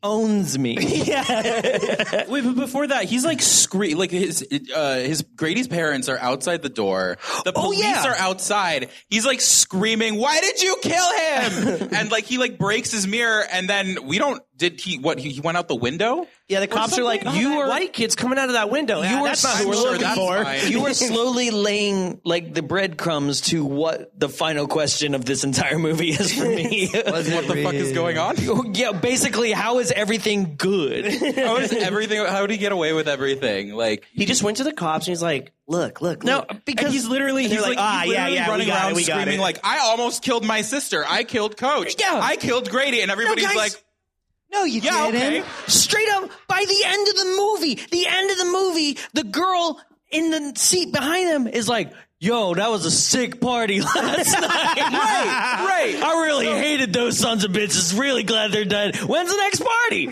owns me."
Wait, but before that, he's like scree like his uh his Grady's parents are outside the door. The police
yeah.
are outside. He's like screaming, "Why did you kill him?" and like he like breaks his mirror and then we don't did he what he, he went out the window?
Yeah, the cops are like, you are white kids coming out of that window. You
were
that's not who we're
sure
looking
that's
for.
fine.
You are slowly laying like the breadcrumbs to what the final question of this entire movie is for me.
What the fuck is going on?
yeah, basically, how is everything good?
How is everything how did he get away with everything? Like
He just went to the cops and he's like, look, look,
No,
look.
because
he's literally
they're
he's
like,
like,
"Ah,
he's literally
yeah, yeah, we
running
got it,
around
we got
screaming
it."
like I almost killed my sister. I killed coach.
Yeah.
I killed Grady and everybody's
guys.
like
No, you
Yeah,
didn't.
okay.
Straight up, by the end of the movie, the end of the movie, the girl in the seat behind him is like, "Yo, that was a sick party last night."
right.
I really hated those sons of bitches. Really glad they're dead. When's the next party?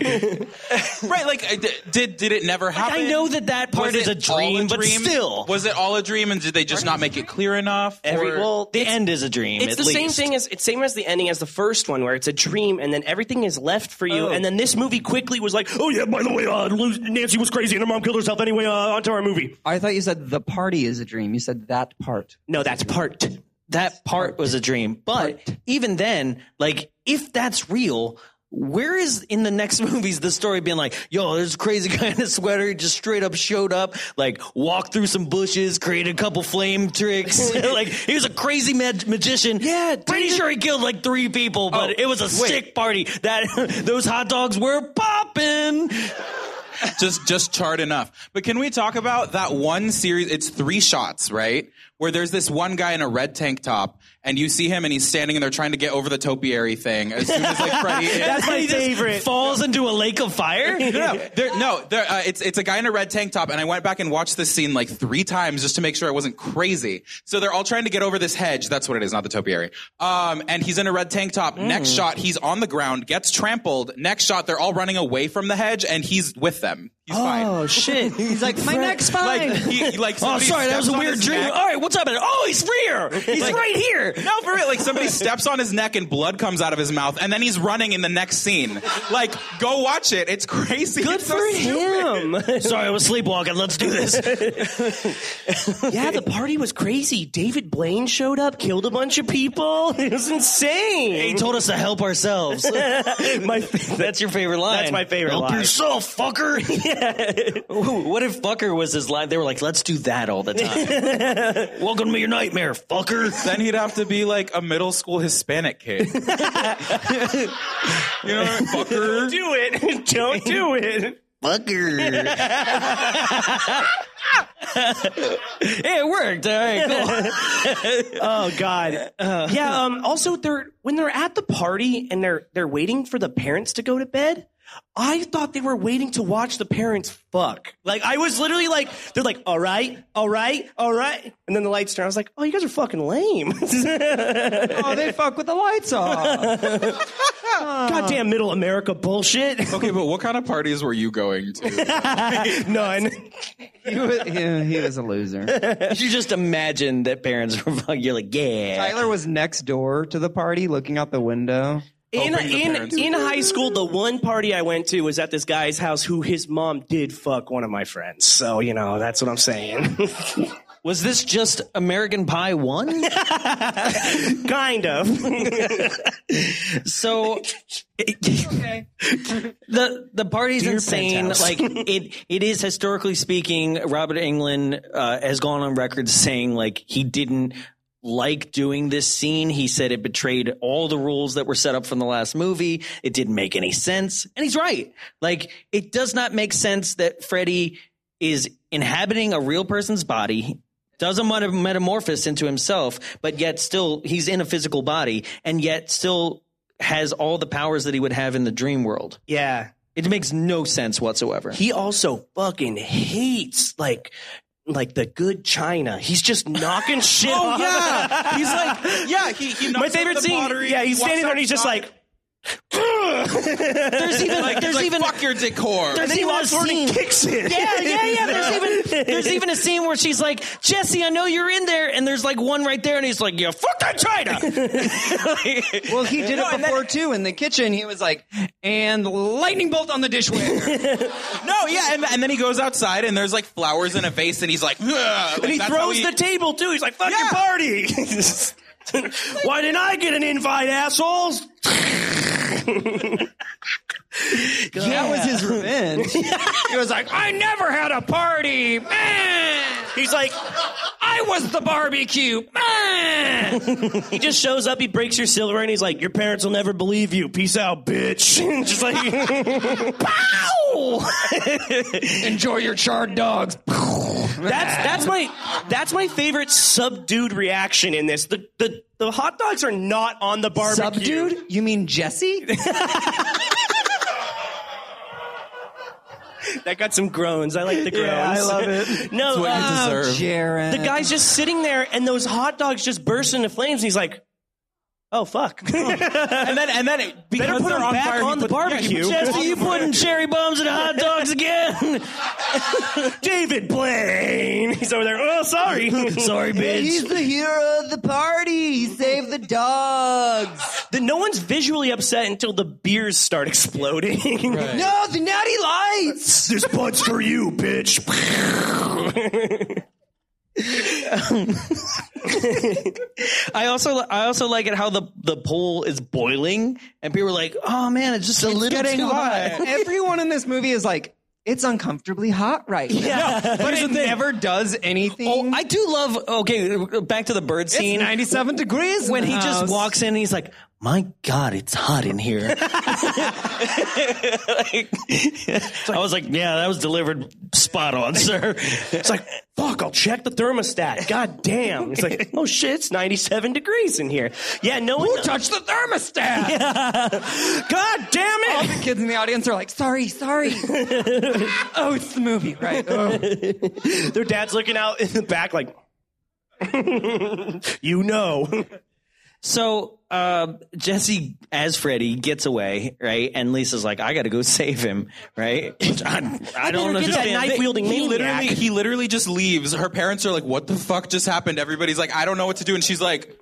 Right, like I- d- did did it never happen?
I know that that part is
Was
a
it all
dream, but still,
was it all a dream? And did they just not make it clear enough?
Every,
Or-
well,
the end is a dream.
it's
at
the same
least.
thing as it's same as the ending as the first one where it's a dream and then everything is left for you and then this movie quickly was like oh yeah by the way uh, Lu- Nancy was crazy and her mom killed herself anyway uh, onto our movie
I thought you said the party is a dream. You said that part.
no that's part
that part was a dream. But even then, like if that's real, where is in the next movies the story being like, yo, there's a crazy guy in a sweater, he just straight up showed up, like walked through some bushes, created a couple flame tricks, like he was a crazy mag- magician. Yeah, Oh, pretty sure he killed like three people, but it was a sick party. That those hot dogs were popping.
just just charred enough. But can we talk about that one series? It's three shots, right? Where there's this one guy in a red tank top, and you see him, and he's standing, and they're trying to get over the topiary thing. As soon as like Freddy,
That's
my
he just
favorite.
Falls into a lake of fire.
No, no, there, no there, uh, it's it's a guy in a red tank top, and I went back and watched this scene like three times just to make sure I wasn't crazy. So they're all trying to get over this hedge. That's what it is, not the topiary. Um, and he's in a red tank top.
Mm.
Next shot, he's on the ground, gets trampled. Next shot, they're all running away from the hedge, and he's with them. He's
Oh,
fine.
shit. He's like,
My neck's fine.
Like, he, like
Oh, Oh, sorry, that was a weird dream. All right, what's happening? Oh, he's here. He's right here.
No, for real. Like somebody steps on his neck and blood comes out of his mouth, and then he's running in the next scene. Like, go watch it. It's crazy. Good it's so stupid.
him
Sorry, I was sleepwalking. Let's do this.
yeah the party was crazy David Blaine showed up killed a bunch of people it was insane
he told us to help ourselves.
my fa-
That's your favorite line.
That's my favorite
help
line.
yourself, fucker. Ooh, what if fucker was his line? They were like, let's do that all the time. Welcome to your nightmare, fucker.
Then he'd have to be like a middle school Hispanic kid. you know, what I mean? fucker.
do it. Don't do it.
Fucker. it worked. uh, All right, cool.
Oh God. yeah. Um, also, they're when they're at the party and they're they're waiting for the parents to go to bed. I thought they were waiting to watch the parents fuck. Like I was literally like, they're like, all right, all right, all right, and then the lights turn. I was like, oh, you guys are fucking lame.
Uh.
Oh, they fuck with the lights off.
Goddamn middle America bullshit.
Okay, but what kind of parties were you going to?
None.
he, was, he, he was a loser.
you just imagine that parents were fucking. You're like, yeah.
Tyler was next door to the party, looking out the window.
In
bring the
in
parents.
in high school, the one party I went to was at this guy's house who his mom did fuck one of my friends. So you know that's what I'm saying.
Was this just American Pie one?
kind of.
So the the party's insane.
penthouse.
Like it it is historically speaking, Robert England uh, has gone on record saying like he didn't like doing this scene. He said it betrayed all the rules that were set up from the last movie. It didn't make any sense. And he's right. Like it does not make sense that Freddy is inhabiting a real person's body doesn't want to metamorphose into himself, but yet still he's in a physical body and yet still has all the powers that he would have in the dream world.
yeah.
It makes no sense whatsoever.
he also fucking hates like like the good China. He's just knocking shit.
oh
off.
yeah, he's like yeah. He, he
my favorite scene. yeah, he's standing there and he's just like.
There's even there's
like,
even
fuck your decor.
there's
He
even a
walks forward
scene.
and kicks it.
Yeah, yeah, yeah. There's even there's even a scene where she's like, Jesse, I know you're in there, and there's like one right there, and he's like, Yeah, fuck that China.
Well, he did it
and that-
before too. In the kitchen, he was like, "And lightning bolt on the dishware."
No, yeah, and, and then he goes outside and there's like flowers in a vase and he's like, and
and he throws the table too. He's like, "Fuck your
Yeah.
party." Why didn't I get an invite, assholes?
That was his revenge.
He was like, I never had a party, man.
He's like,
I was the barbecue, man.
he just shows up, he breaks your silver, and he's like, "Your parents will never believe you. Peace out, bitch." just like, pow.
Enjoy your charred dogs.
That's that's my that's my favorite subdued reaction in this. The the the hot dogs are not on the barbecue.
Subdude? You mean Jesse?
That got some groans. I like the groans.
I love it.
No,
what you
uh,
deserve.
Oh, Jared.
the guy's just sitting there, and those hot dogs just burst into flames. And he's like, "Oh fuck."
and then and then it,
Better
because
put
they're
them
on
back
fire, he
on the
put- yeah, he
barbecue.
put-
Jesse, you putting cherry bombs and hot dogs again?
David Blaine. He's over there. Oh, sorry.
Sorry, bitch.
He's the hero of the party. He saved the dogs.
Then no one's visually upset until the beers start exploding.
No, the naughty lights.
This bud's for you, bitch.
I also I also like it how the the pool is boiling and people are like, oh man, it's just a little too hot.
Everyone in this movie is like, it's uncomfortably hot right now.
but it never does anything.
Oh, I do love. Okay, back to the bird scene.
97 degrees.
when he just walks in, and he's like, "My God, it's hot in here." I was like, "Yeah, that was delivered spot on, sir."
It's like, fuck, I'll check the thermostat. God damn. It's like, oh shit, it's 97 degrees in here. Yeah, no one.
Touch the thermostat.
God damn
Oh,
All
it.
the kids in the audience are like, sorry, sorry. oh, it's the movie, right?
Their dad's looking out in the back like, you know.
So uh, Jesse, as Freddy, gets away, right? And Lisa's like, "I got to go save him," right? Which I, I don't
get that
understand.
knife wielding
He
maniac.
literally, he literally just leaves. Her parents are like, "What the fuck just happened?" Everybody's like, "I don't know what to do," and she's like,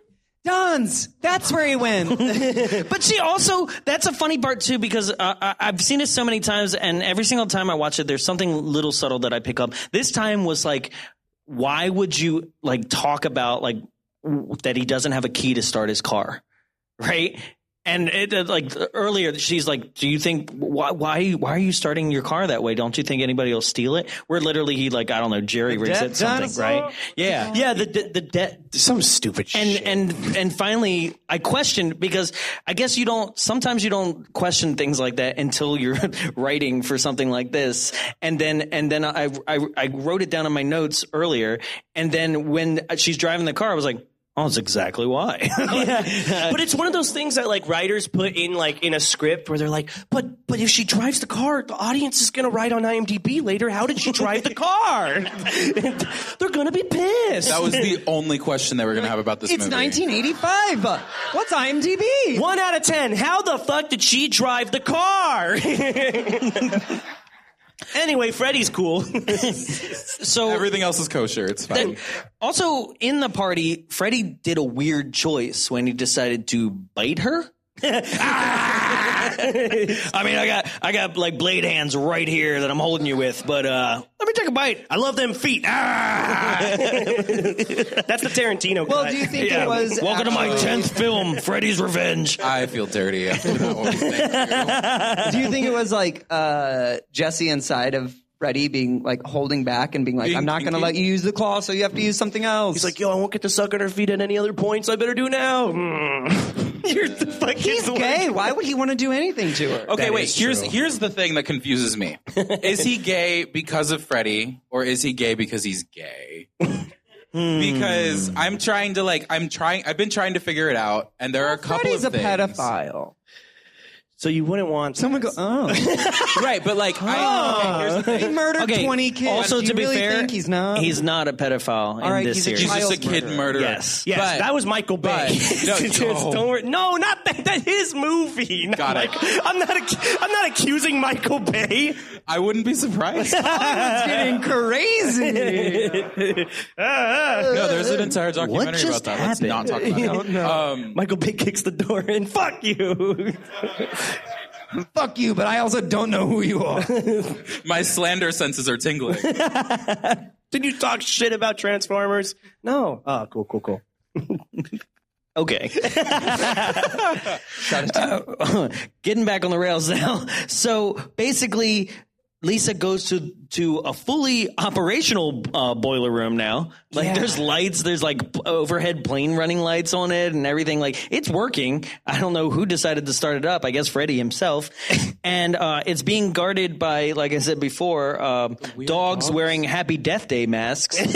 Don's. That's where he went.
But she also, that's a funny part too, because uh, I, I've seen it so many times, and every single time I watch it, there's something little subtle that I pick up. This time was like, why would you like talk about like w- that he doesn't have a key to start his car, right? And it uh, like earlier, she's like, "Do you think why why why are you starting your car that way? Don't you think anybody will steal it?" Where literally he like I don't know Jerry rigs
dead
it something
dinosaur?
right? Yeah, yeah. The the, the debt
Some stupid
and
shit.
and and finally i questioned because i guess you don't sometimes you don't question things like that until you're writing for something like this and then and then I, I i wrote it down in my notes earlier and then when she's driving the car i was like oh that's exactly why
but it's one of those things that like writers put in like in a script where they're like, but but if she drives the car, the audience is gonna write on IMDb later. How did she drive the car? they're gonna be pissed.
That was the only question they were going to have about this
It's
movie.
1985. What's IMDb?
one out of ten. How the fuck did she drive the car? anyway, Freddy's cool.
so
Everything else is kosher. It's fine.
also in the party freddie did a weird choice when he decided to bite her
Ah!
I mean, I got I got like blade hands right here that I'm holding you with, but uh, let me take a bite.
I love them feet. Ah! That's the Tarantino.
Well,
cut.
do you think it was?
Welcome to my
actually-
tenth film, Freddy's Revenge.
I feel dirty after that one. Thank you.
Do you think it was like uh, Jesse inside of Freddy being like holding back and being like,
Being
"I'm not going to
kinky?
let you use the claw, so you have to use something else."
He's like, yo, I won't get to suck on her feet at any other points. I better do now. Hmm. You're the fucking
"He's gay. Why would he want to do anything to her?"
Okay,
That
wait.
is
Here's
true.
here's the thing that confuses me. Is he gay because of Freddy, or is he gay because he's gay? because I'm trying to like I'm trying I've been trying to figure it out, and there are a couple
Freddy's a
of things.
pedophile.
So you wouldn't want
Someone go, "Oh,
right? But like, I, okay, here's the
he
thing.
murdered
Okay,
20 kids."
also,
Do
to
you
be
really
fair,
think he's not.
He's not a pedophile in
right,
this
he's a
series.
he's just a
Child
kid
murderer.
murderer.
Yes.
Yes,
But-
that was Michael Bay.
but- no,
Just
no.
don't worry- no, not that, that his movie. Not
Got it.
Michael- I'm not. ac- I'm not accusing Michael Bay.
I wouldn't be surprised. no,
getting crazy.
there's an entire documentary
What just
about that. Let's not talk
happened?
about it. Um,
Michael Bay kicks the door in. Fuck you.
Fuck you, but I also don't know who you are.
my slander senses are tingling.
Did you talk shit about Transformers? No. Oh, cool, cool, cool.
Okay. Uh, getting back on the rails now. So basically, Lisa goes to to a fully operational uh, boiler room now. Like there's lights, there's like p- overhead plane running lights on it and everything. Like it's working. I don't know who decided to start it up. I guess Freddie himself. and uh, it's being guarded by, like I said before, um, dogs, wearing Happy Death Day masks.
And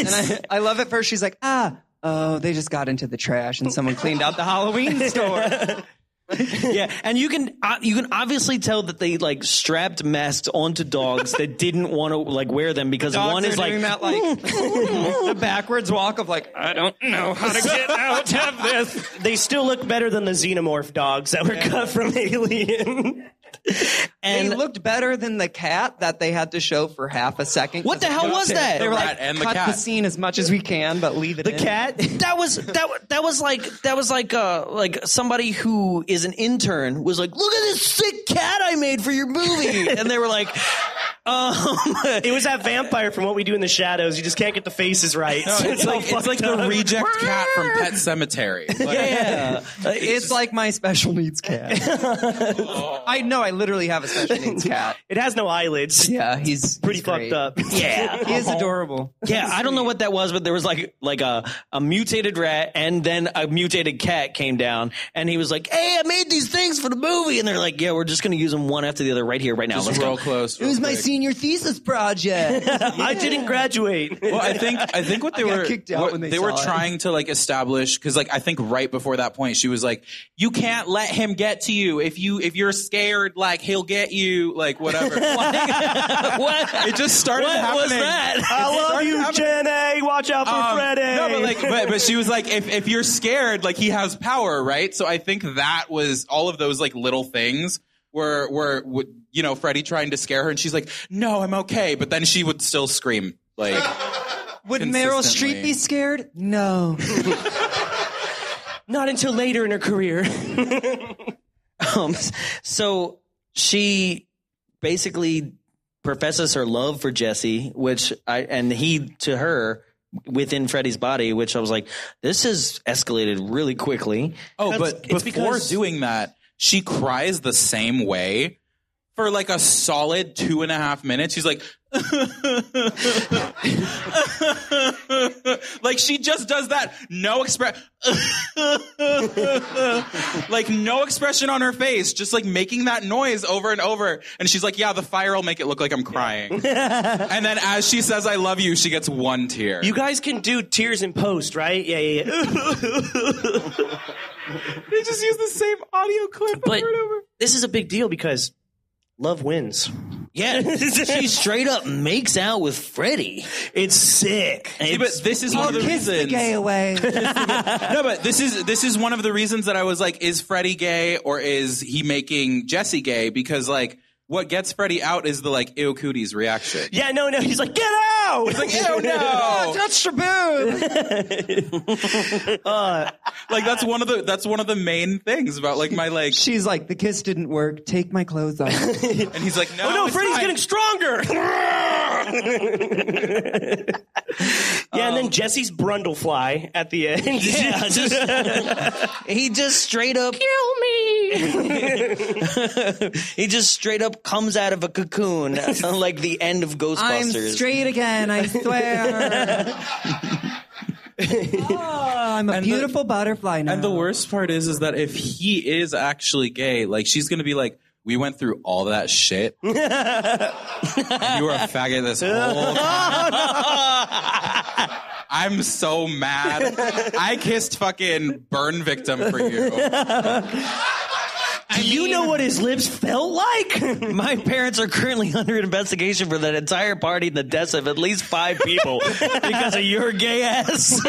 I, I love at first she's like, ah, oh, they just got into the trash and someone cleaned out the Halloween store.
Yeah, and you can uh, you can obviously tell that they like strapped masks onto dogs that didn't want to like wear them because
Dogs
one
are
is like,
doing that like the backwards walk of like
I don't know how to get out of this. They still look better than the xenomorph dogs that were cut from Alien.
they
and
looked better than the cat that they had to show for half a second.
what the hell was that?
They were
rat
like,
and the
cut the
cat."
scene as much as we can, but leave it. The
cat. That was that wa- that was like that was like uh like somebody who is an intern was like, look at this sick cat I made for your movie, and they were like, um,
It was that vampire from What We Do in the Shadows. You just can't get the faces right.
No, it's, like it's like the reject cat from Pet Cemetery. Like,
yeah,
It's like my special needs cat. I know. I literally have a special needs cat.
It has no eyelids.
Yeah, he's
Pretty fucked up.
yeah.
He is adorable.
Yeah, I don't know what that was, but there was like like a, a mutated rat and then a mutated cat came down and he was like, Hey, I made these things for the movie and they're like, Yeah, we're just gonna use them one after the other right here, right now. Let's
Just
go.
real close.
It was my senior thesis project.
I didn't graduate.
Well, I think I think what they
got
were
kicked out
what
when they
were
saw it.
trying to like establish because like I think right before that point she was like, "You can't let him get to you. If you if you're scared, like he'll get you. Like whatever."
What?
it just started
what
happening.
was that?
I love you, Jen A. Watch out for
Um,
Freddy.
no, but like, but, but she was like, if, if you're scared, like he has power, right? So I think that was all of those like little things were were would, you know Freddie trying to scare her, and she's like, no, I'm okay, but then she would still scream like.
Would Meryl Streep
Consistently.
be scared? No.
not until later in her career.
Um, so she basically professes her love for Jesse, which I and he to her within Freddy's body, which I was like, This has escalated really quickly.
Oh, but
it's
before
because-
doing that, She cries the same way for like a solid two and a half minutes. She's like, like she just does that. No express, like no expression on her face, just like making that noise over and over. And she's like, yeah, the fire will make it look like I'm crying. and then as she says, I love you, she gets one tear.
You guys can do tears in post, right? Yeah, yeah, yeah.
they just use the same audio clip
But this is a big deal because love wins.
Yeah, she straight up makes out with Freddie.
It's sick.
Yeah, but this is one of the reasons.
away.
No, but this is this is one of the reasons that I was like, is Freddie gay or is he making Jesse gay? Because like, what gets Freddie out is the like ew cooties reaction.
Yeah, no, no. He's like, get out! He's like,
Ew, no!
That's Shaboom.
like that's one of the that's one of the main things about like my like.
She's like, the kiss didn't work. Take my clothes off.
And he's like, no,
oh no,
it's
Freddy's
fine.
getting stronger. yeah,
Um,
and then Jesse's Brundlefly at the end. Yeah,
He just straight up kill me. he just straight up comes out of a cocoon like the end of Ghostbusters.
I'm straight again, I swear. oh, I'm a beautiful butterfly now.
And the worst part is, is that if he is actually gay, like she's gonna be like, we went through all that shit. And you were a faggot this whole time. I'm so mad. I kissed fucking burn victim for you.
you know what his lips felt like? My parents are currently under investigation for that entire party and the deaths of at least five people because of your gay ass.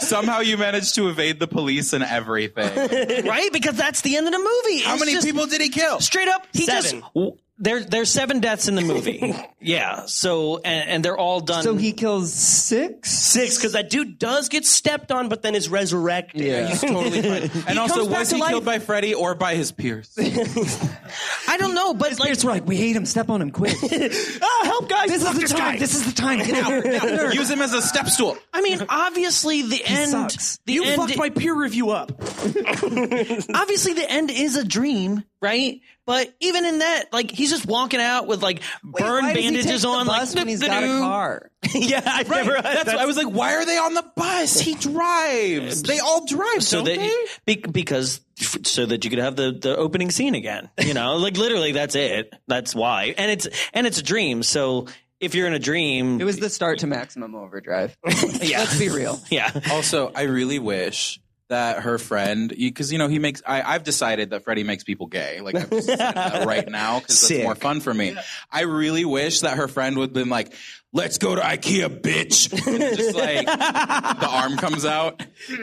Somehow you managed to evade the police and everything.
right? Because that's the end of the movie.
How
It's
many
just-
people did he kill?
Straight up, he
Seven.
just. w- There, there's seven deaths in the movie. yeah. So, and, and they're all done.
so he kills six?
six because that dude does get stepped on, but then is resurrected.
He's totally fine. And also,
comes back
was
to
he
life.
killed by Freddy or by his peers?
I don't know, but like,
It's right. We hate him. Step on him quick. Ah,
oh, help, guys!
This is the time. This is the time. Get out. Nerd.
Use him as a step stool.
I mean, obviously the end.
sucks.
The
You
end.
fucked my peer review up.
obviously, the end is a dream, right? But even in that, like, he's just walking out with like burn
Why does he take
bandages
the
on, like,
bus when he's got a
"Doo-doo-doo."
car.
yeah, I never.
That's, I was like, why are they on the bus? He drives. They all drive,
so
don't
that
they?
be, because so that you could have the the opening scene again you know like literally that's it that's why and it's and it's a dream so if you're in a dream
It was the start to Maximum Overdrive. Let's be real.
yeah
Also, I really wish that her friend, because you know he makes. I, I've decided that Freddie makes people gay. Like I've decided that right now because that's
Sick.
more fun for me. I really wish that her friend would have been like, "Let's go to IKEA, bitch." And just like the arm comes out.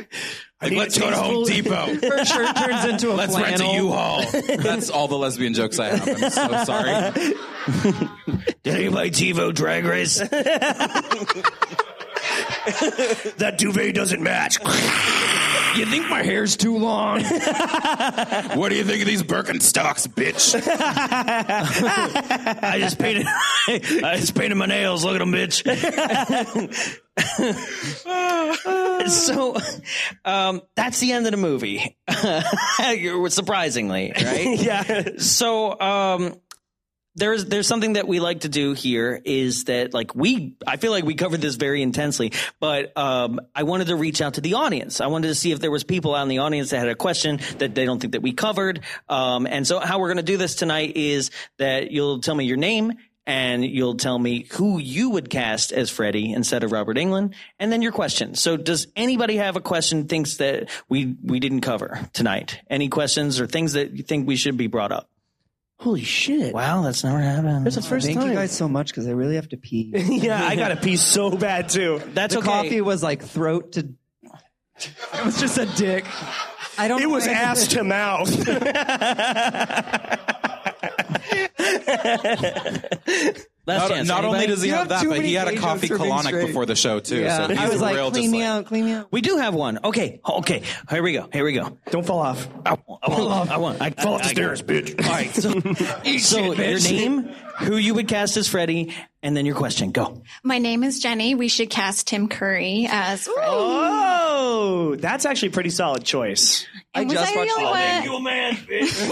Like, let's go to Home Depot.
Her shirt turns into a
Let's rent a U-Haul. That's all the lesbian jokes I have. I'm so sorry.
did anybody tivo drag race
That duvet doesn't match.
You think my hair's too long?
What do you think of these Birkenstocks, bitch?
i just painted i just Uh, painted my nails look at them bitch so um, that's the end of the movie surprisingly right
yeah.
so um there's there's something that we like to do here is that like we I feel like we covered this very intensely, but um, I wanted to reach out to the audience. I wanted to see if there was people out in the audience that had a question that they don't think that we covered. Um, and so how we're going to do this tonight is that you'll tell me your name and you'll tell me who you would cast as Freddy instead of Robert England, and then your question. So, does anybody have a question? Thinks that we we didn't cover tonight? Any questions or things that you think we should be brought up?
Holy shit.
Wow, that's never happened.
It's the first
Thank
time.
you guys so much because I really have to pee.
yeah, I gotta pee so bad too.
That's
the
okay.
coffee was like throat to. It was just a dick. I don't.
It was
I-
ass to mouth.
Last
Not,
chance.
not only
Anybody?
does he
You
have,
have
that,
too
but
many
he had a
gay
coffee
jokes for being
colonic
straight.
before the show too. So he's
I was like,
real
clean
just
me
like,
out, clean me out.
we do have one. Okay. Okay. Here we go. Here we go.
Don't fall off.
I won't. I won't. I won't. I, fall off the stairs, bitch. All right. So, so your name, who you would cast as Freddy, and then your question. Go.
My name is Jenny. We should cast Tim Curry as Freddy.
Oh, that's actually a pretty solid choice.
And was
just
I
watched
the only
Holiday.
one?
a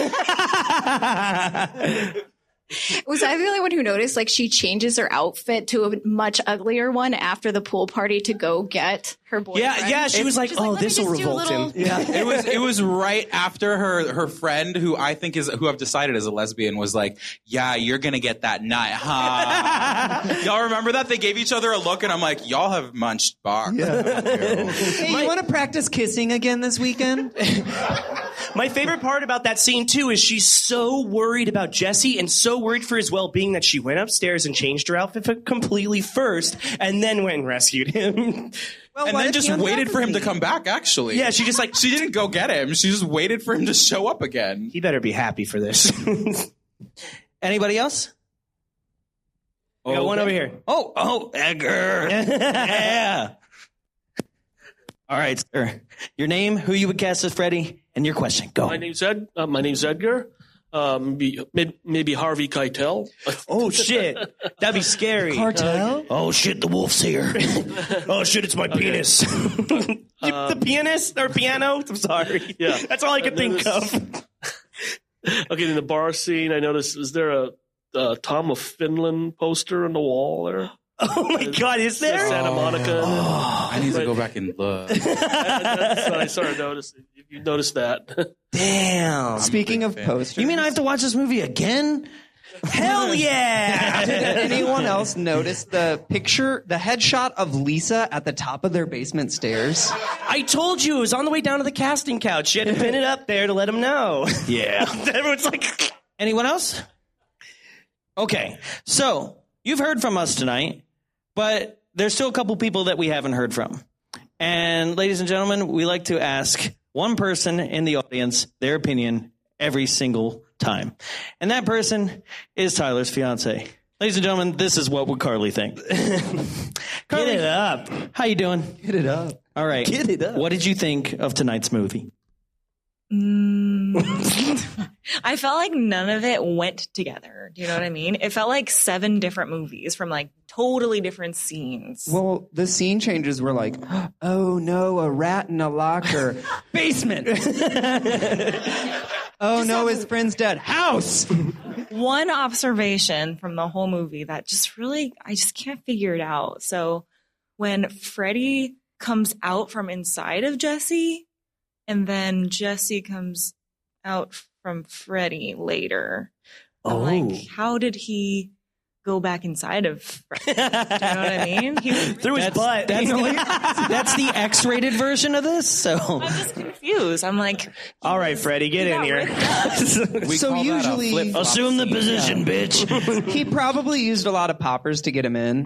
man,
Was I the only one who noticed? Like she changes her outfit to a much uglier one after the pool party to go get her boyfriend.
Yeah, yeah. She was like,
She's
"Oh,
let me
this will
just do a
revolt him."
little-
it was it was right after her her friend who I think is who I've decided is a lesbian was like, yeah, you're gonna get that nut, huh? y'all remember that they gave each other a look, and I'm like, y'all have munched box.
Hey, you want to practice kissing again this weekend?
My favorite part about that scene too is she's so worried about Jesse and so worried for his well-being that she went upstairs and changed her outfit completely first, and then went and rescued him.
Well, what
and then
if
just
he undoes
waited for him to
me?
come back. Actually,
yeah, she just like
she didn't go get him. She just waited for him to show up again.
he better be happy for this.
Anybody else?
We got one over here.
Oh, oh, Edgar. yeah. All right, sir. Your name, who you would cast as Freddy, and your question. Go.
My name's Ed. Uh, my name's Edgar. Um, be, may- maybe Harvey Keitel. Uh,
Oh shit, that'd be scary.
Cartel?
Oh shit, the wolf's here.
Oh shit, it's my penis. the pianist or piano? I'm sorry.
Yeah.
that's all I could think of.
Okay, in the bar scene, I noticed is there a uh, Tom of Finland poster on the wall there?
Oh my god, is there?
Oh,
Santa Monica.
I need to go back and look.
That's what I started
Oh.
noticing. You- You noticed that.
Damn.
Speaking of posters,
You mean I have to watch this movie again?
Hell yeah!
anyone else notice the picture, the headshot of Lisa at the top of their basement stairs?
I told you it was on the way down to the casting couch. You had to pin it up there to let him know. Yeah. Everyone's like,
Anyone else? Okay. So you've heard from us tonight, but there's still a couple people that we haven't heard from. And ladies and gentlemen, we like to ask one person in the audience their opinion every single time. And that person is Tyler's fiance. Ladies and gentlemen, this is what would Carly think. Carly,
get it up.
how you doing?
Get it up.
All right.
Get it up.
What did you think of tonight's movie?
I felt like none of it went together. Do you know what I mean? It felt like seven different movies from like totally different scenes.
Well, the scene changes were like, oh no, a rat in a locker. Basement. oh no, his friend's dead. House.
One observation from the whole movie that just really, I just can't figure it out. So when Freddy comes out from inside of Jesse, and then Jesse comes out from Freddy later, I'm like, how did he go back inside of Freddy? Do you know what I mean? He was
Through his butt.
That's the, that's the X-rated version of this. So
I'm just confused. I'm like,
all right, Freddie, get in here.
We
So
call that a
usually-
flip-flop
assume the
scene.
position, bitch.
He probably used a lot of poppers to get him in.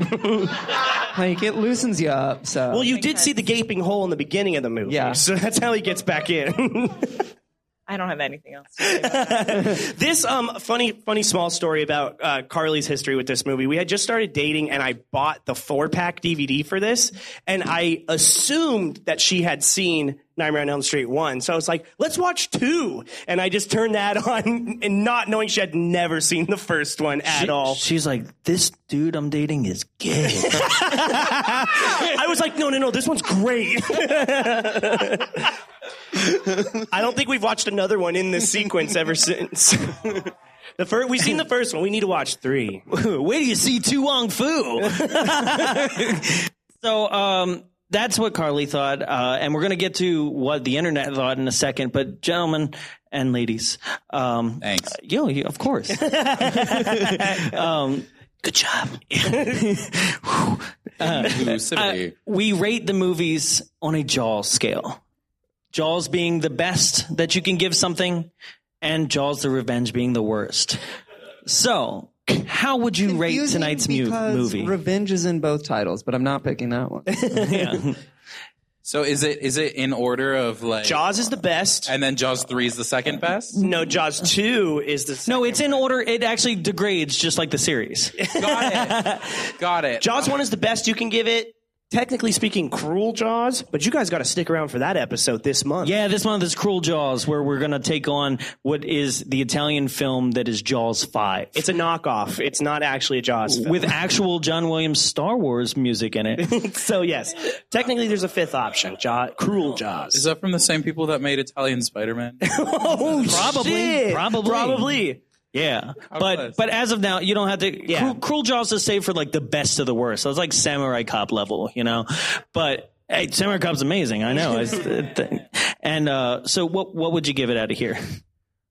like it loosens you up. So
well, you did see the gaping hole in the beginning of the movie.
Yeah.
So that's how he gets back in.
I don't have anything else. To say about that.
this um funny funny small story about uh, Carly's history with this movie. We had just started dating, and I bought the four pack DVD for this, and I assumed that she had seen Nightmare on Elm Street one, so I was like, "Let's watch two. and I just turned that on, and not knowing she had never seen the first one at all.
She's like, this dude I'm dating is gay.
I was like, "No, no, no, this one's great." I don't think we've watched another one in this sequence ever since. The first, we've seen the first one. We need to watch three.
Where do you see Tu Wong Fu? so um, that's what Carly thought, uh, and we're gonna get to what the internet thought in a second. But gentlemen and ladies, um,
Thanks.
yo, you- of course. um, good job.
Uh,
Inclusivity.
Uh, we rate the movies on a Jaws scale. Jaws being the best that you can give something, and Jaws the Revenge being the worst. So, how would you rate
Confusing
tonight's mu-
because
movie?
Revenge is in both titles, but I'm not picking that one.
So is it is it in order of like
Jaws is the best,
and then Jaws three is the second best?
No, Jaws two is the.
No, it's in order. It actually degrades just like the series.
Got it.
Jaws one is the best you can give it. Technically speaking, cruel Jaws, but you guys got to stick around for that episode this month.
Yeah, this month is Cruel Jaws, where we're going to take on what is the Italian film that is Jaws 5.
It's a knockoff. It's not actually a Jaws film.
with actual John Williams Star Wars music in it.
so yes, technically there's a fifth option. Jaw, cruel Jaws.
Is that from the same people that made Italian Spider Man?
oh,
Probably,
shit.
probably.
probably.
Yeah,
close.
but but as of now, you don't have to. Yeah. Cruel, Cruel Jaws is saved for like the best of the worst. So it's like Samurai Cop level, you know. But hey, Samurai Cop's amazing. I know. It's the thing. And uh, so, what what would you give it out of here?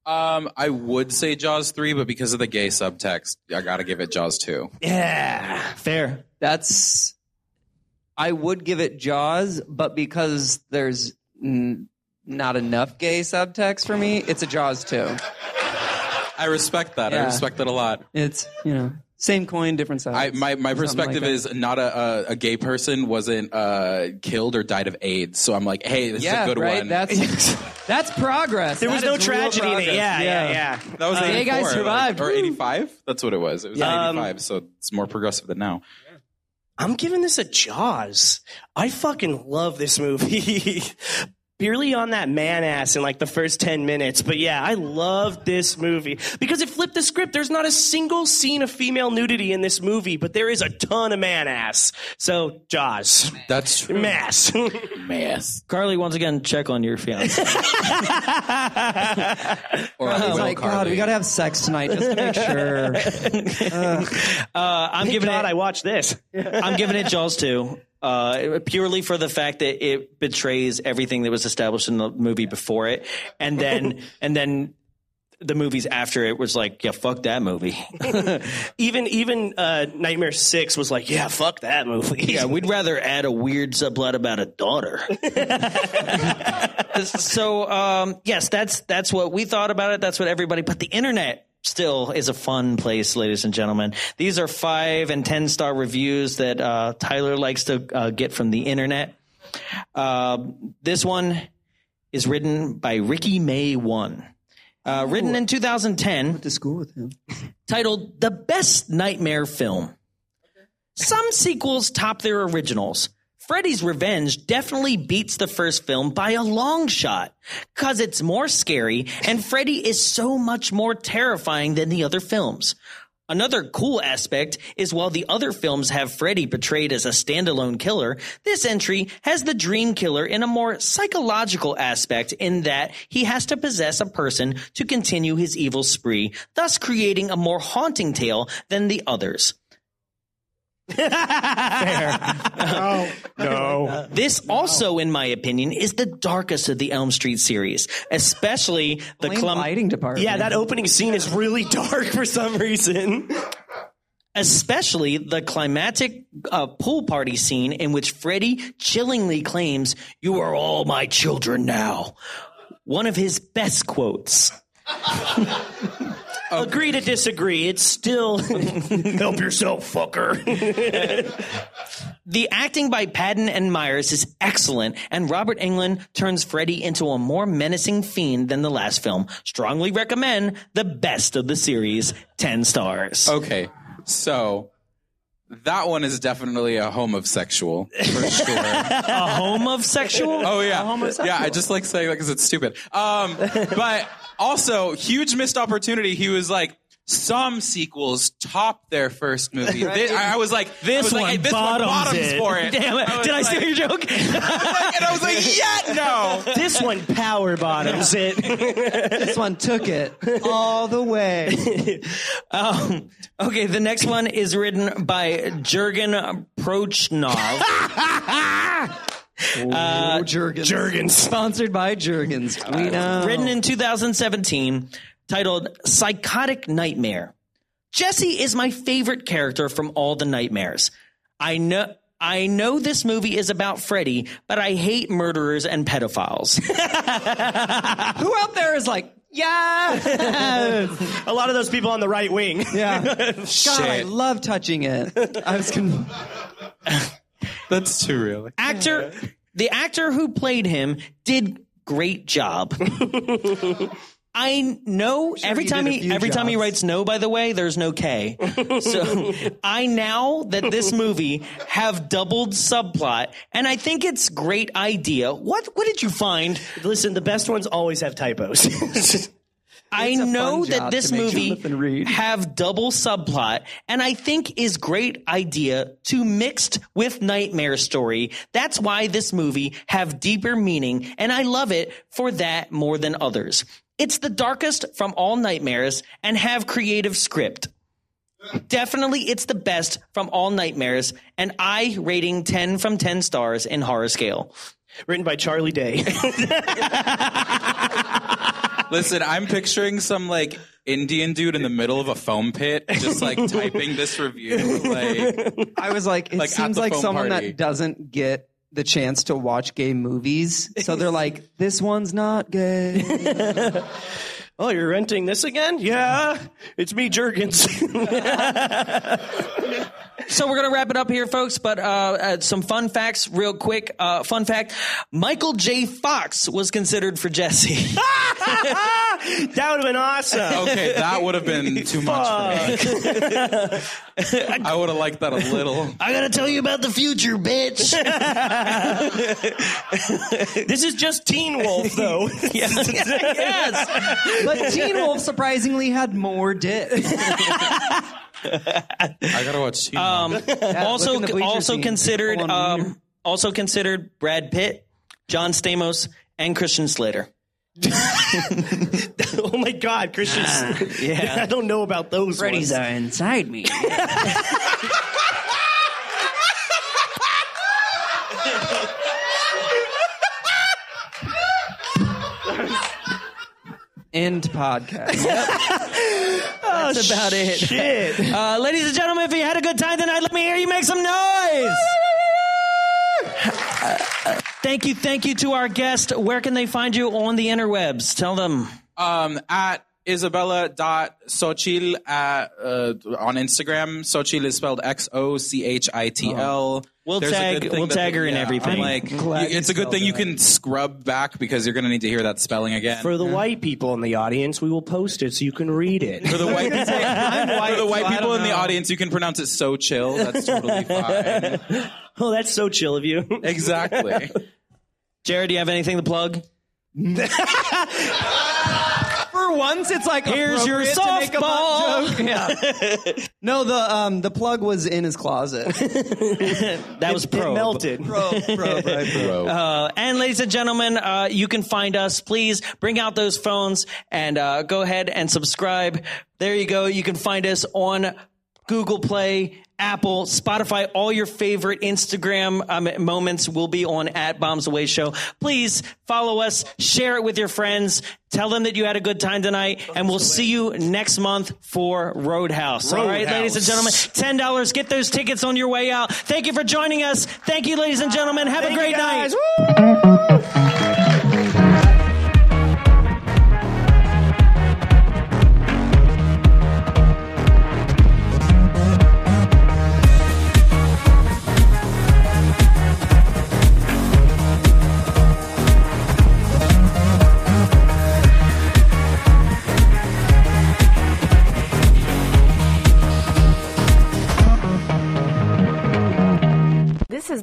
Um, I would say Jaws three, but because of the gay subtext, I gotta give it Jaws two.
Yeah, fair.
That's. I would give it Jaws, but because there's n- not enough gay subtext for me, it's a Jaws too.
I respect that. I
Yeah.
respect that a lot.
It's you know same coin, different size.
I, my my
Something
perspective
like that.
is not a, a a gay person wasn't uh killed or died of AIDS, so I'm like, hey, this
yeah,
is a good
right.
one.
That's that's progress.
There was no tragedy in it. Yeah, yeah, yeah.
that was
Hey,
84,
Uh, guys, survived. um,
or 85. That's what it was. It was
Yeah.
85, so it's more progressive than now.
I'm giving this a Jaws. I fucking love this movie. Purely on that man ass in like the first 10 minutes. But yeah, I love this movie because it flipped the script. There's not a single scene of female nudity in this movie, but there is a ton of man ass. So, Jaws.
That's true.
Mass.
Mass.
Carly, once again, check on your fiance.
Or I
It's
will,
like Oh God,
Carly.
we gotta have sex tonight just to make sure.
I'm
Thank
giving
God
it.
I watched this.
I'm giving it Jaws two. Uh, purely for the fact that it betrays everything that was established in the movie before it, and then and then the movies after it was like, yeah, fuck that movie.
Even even uh, Nightmare 6 was like, yeah, fuck that movie.
yeah, we'd rather add a weird subplot about a daughter. so um, yes, that's that's what we thought about it. That's what everybody. But the internet still is a fun place, ladies and gentlemen. These are five and ten star reviews that uh, Tyler likes to uh, get from the internet. Um this one is written by Ricky May One. Uh, written in 2010
to school with him.
titled The Best Nightmare Film. Some sequels top their originals. Freddy's Revenge definitely beats the first film by a long shot because it's more scary and Freddy is so much more terrifying than the other films. Another cool aspect is while the other films have Freddy portrayed as a standalone killer, this entry has the dream killer in a more psychological aspect in that he has to possess a person to continue his evil spree, thus creating a more haunting tale than the others. This also, in my opinion, is the darkest of the Elm Street series, especially the
Plain
clum-
lighting department.
Yeah, that opening scene is really dark for some reason.
especially the climatic uh, pool party scene in which Freddy chillingly claims, "You are all my children now." One of his best quotes.
Agree to disagree. It's still help yourself, fucker.
The acting by Patton and Myers is excellent, and Robert Englund turns Freddy into a more menacing fiend than the last film. Strongly recommend the best of the series. 10 stars.
Okay, so that one is definitely a homosexual for sure.
A home of sexual?
Oh yeah, yeah. I just like saying that because it's stupid. Um, but also, huge missed opportunity. He was like. Some sequels top their first movie. Thi- I I was like, I was like, hey, this one bottoms for it.
Damn it.
was
Did I
like-
steal your joke?
And I was like, yeah, no.
this one power bottoms it.
This one took it all the way.
Um, okay, the next one is written by Jurgen Prochnov.
oh, Jergens. Sponsored by Jergens. We know.
written in 2017, titled Psychotic Nightmare. Jesse is my favorite character from all the nightmares. I know. I know this movie is about Freddy, but I hate murderers and pedophiles.
Who out there is like, yeah,
A lot of those people on the right wing.
yeah. God, I love touching it. I was. Con-
That's too real.
Actor The actor who played him did great job. I know every
he
time
did a
he
few
every time he
jobs.
writes no by the way there's no k. so I now that this movie have doubled subplot and I think it's great idea. What what did you find?
Listen, the best ones always have typos.
I
It's a
know
fun
that
job
this
to make sure
movie
Lip and read.
have double subplot, and I think is great idea to mixed with nightmare story. That's why this movie have deeper meaning, and I love it for that more than others. It's the darkest from all nightmares and have creative script. Definitely, it's the best from all nightmares, and I rating 10 from 10 stars in horror scale.
Written by Charlie Day.
Listen, I'm picturing some like Indian dude in the middle of a foam pit, just like typing this review. Like,
I was like, it
Like, at
seems
the
like
foam
someone
party.
that doesn't get the chance to watch gay movies. So they're like, this one's not gay.
oh, you're renting this again? Yeah, it's me, Jurgens.
So we're gonna wrap it up here, folks. But uh, uh, some fun facts, real quick. Uh, fun fact: Michael J. Fox was considered for Jesse.
that would have been awesome.
okay, that would have been too much for me. I would have liked that a little.
I gotta tell you about the future, bitch.
this is just Teen Wolf, though.
yes.
but Teen Wolf surprisingly had more dick.
I gotta watch. Teen
Um, also,
look in the bleacher
also
scene.
considered,
Hold on,
um, also considered Brad Pitt, John Stamos, and Christian Slater.
oh my God, Christian.
yeah.
I don't know about those ones.
inside me. End podcast.
That's about it. Uh, ladies and gentlemen, if you had a good time tonight, let me hear you make some noise. Uh, thank you, thank you to our guest. Where can they find you on the interwebs? Tell them.
um, at Isabella.Sochil at, uh, on Instagram. Sochil is spelled X O C H I T L.
Oh. We'll
There's a
tag-
good thing
we'll
that-
tag her in
yeah, I'm
everything.
like,
Glad
you- it's a good thing you can scrub back because you're going to need to hear that spelling again.
For the white people in the audience, we will post it so you can read it.
For the white people, for the white
so I
people in
don't
the
know.
audience, you can pronounce it so chill. That's totally fine.
oh, that's so chill of you.
exactly.
Jared, do you have anything to plug?
For once, it's like
Here's your
appropriate to make a butt
softball.
joke. Yeah. no, the um the plug was in his closet.
That was pro.
It melted.
Bro, bro, bro.
Uh, and ladies and gentlemen, uh, you can find us. Please bring out those phones and uh, go ahead and subscribe. There you go. You can find us on Google Play, Apple, Spotify. All your favorite Instagram um, moments will be on at Bombs Away Show. Please follow us, share it with your friends, tell them that you had a good time tonight, and we'll see you next month for Roadhouse. All right,
Roadhouse.
ladies and gentlemen, ten dollars. Get those tickets on your way out. Thank you for joining us. Thank you, ladies and gentlemen. Have a
Thank you,
great night.
guys.
This has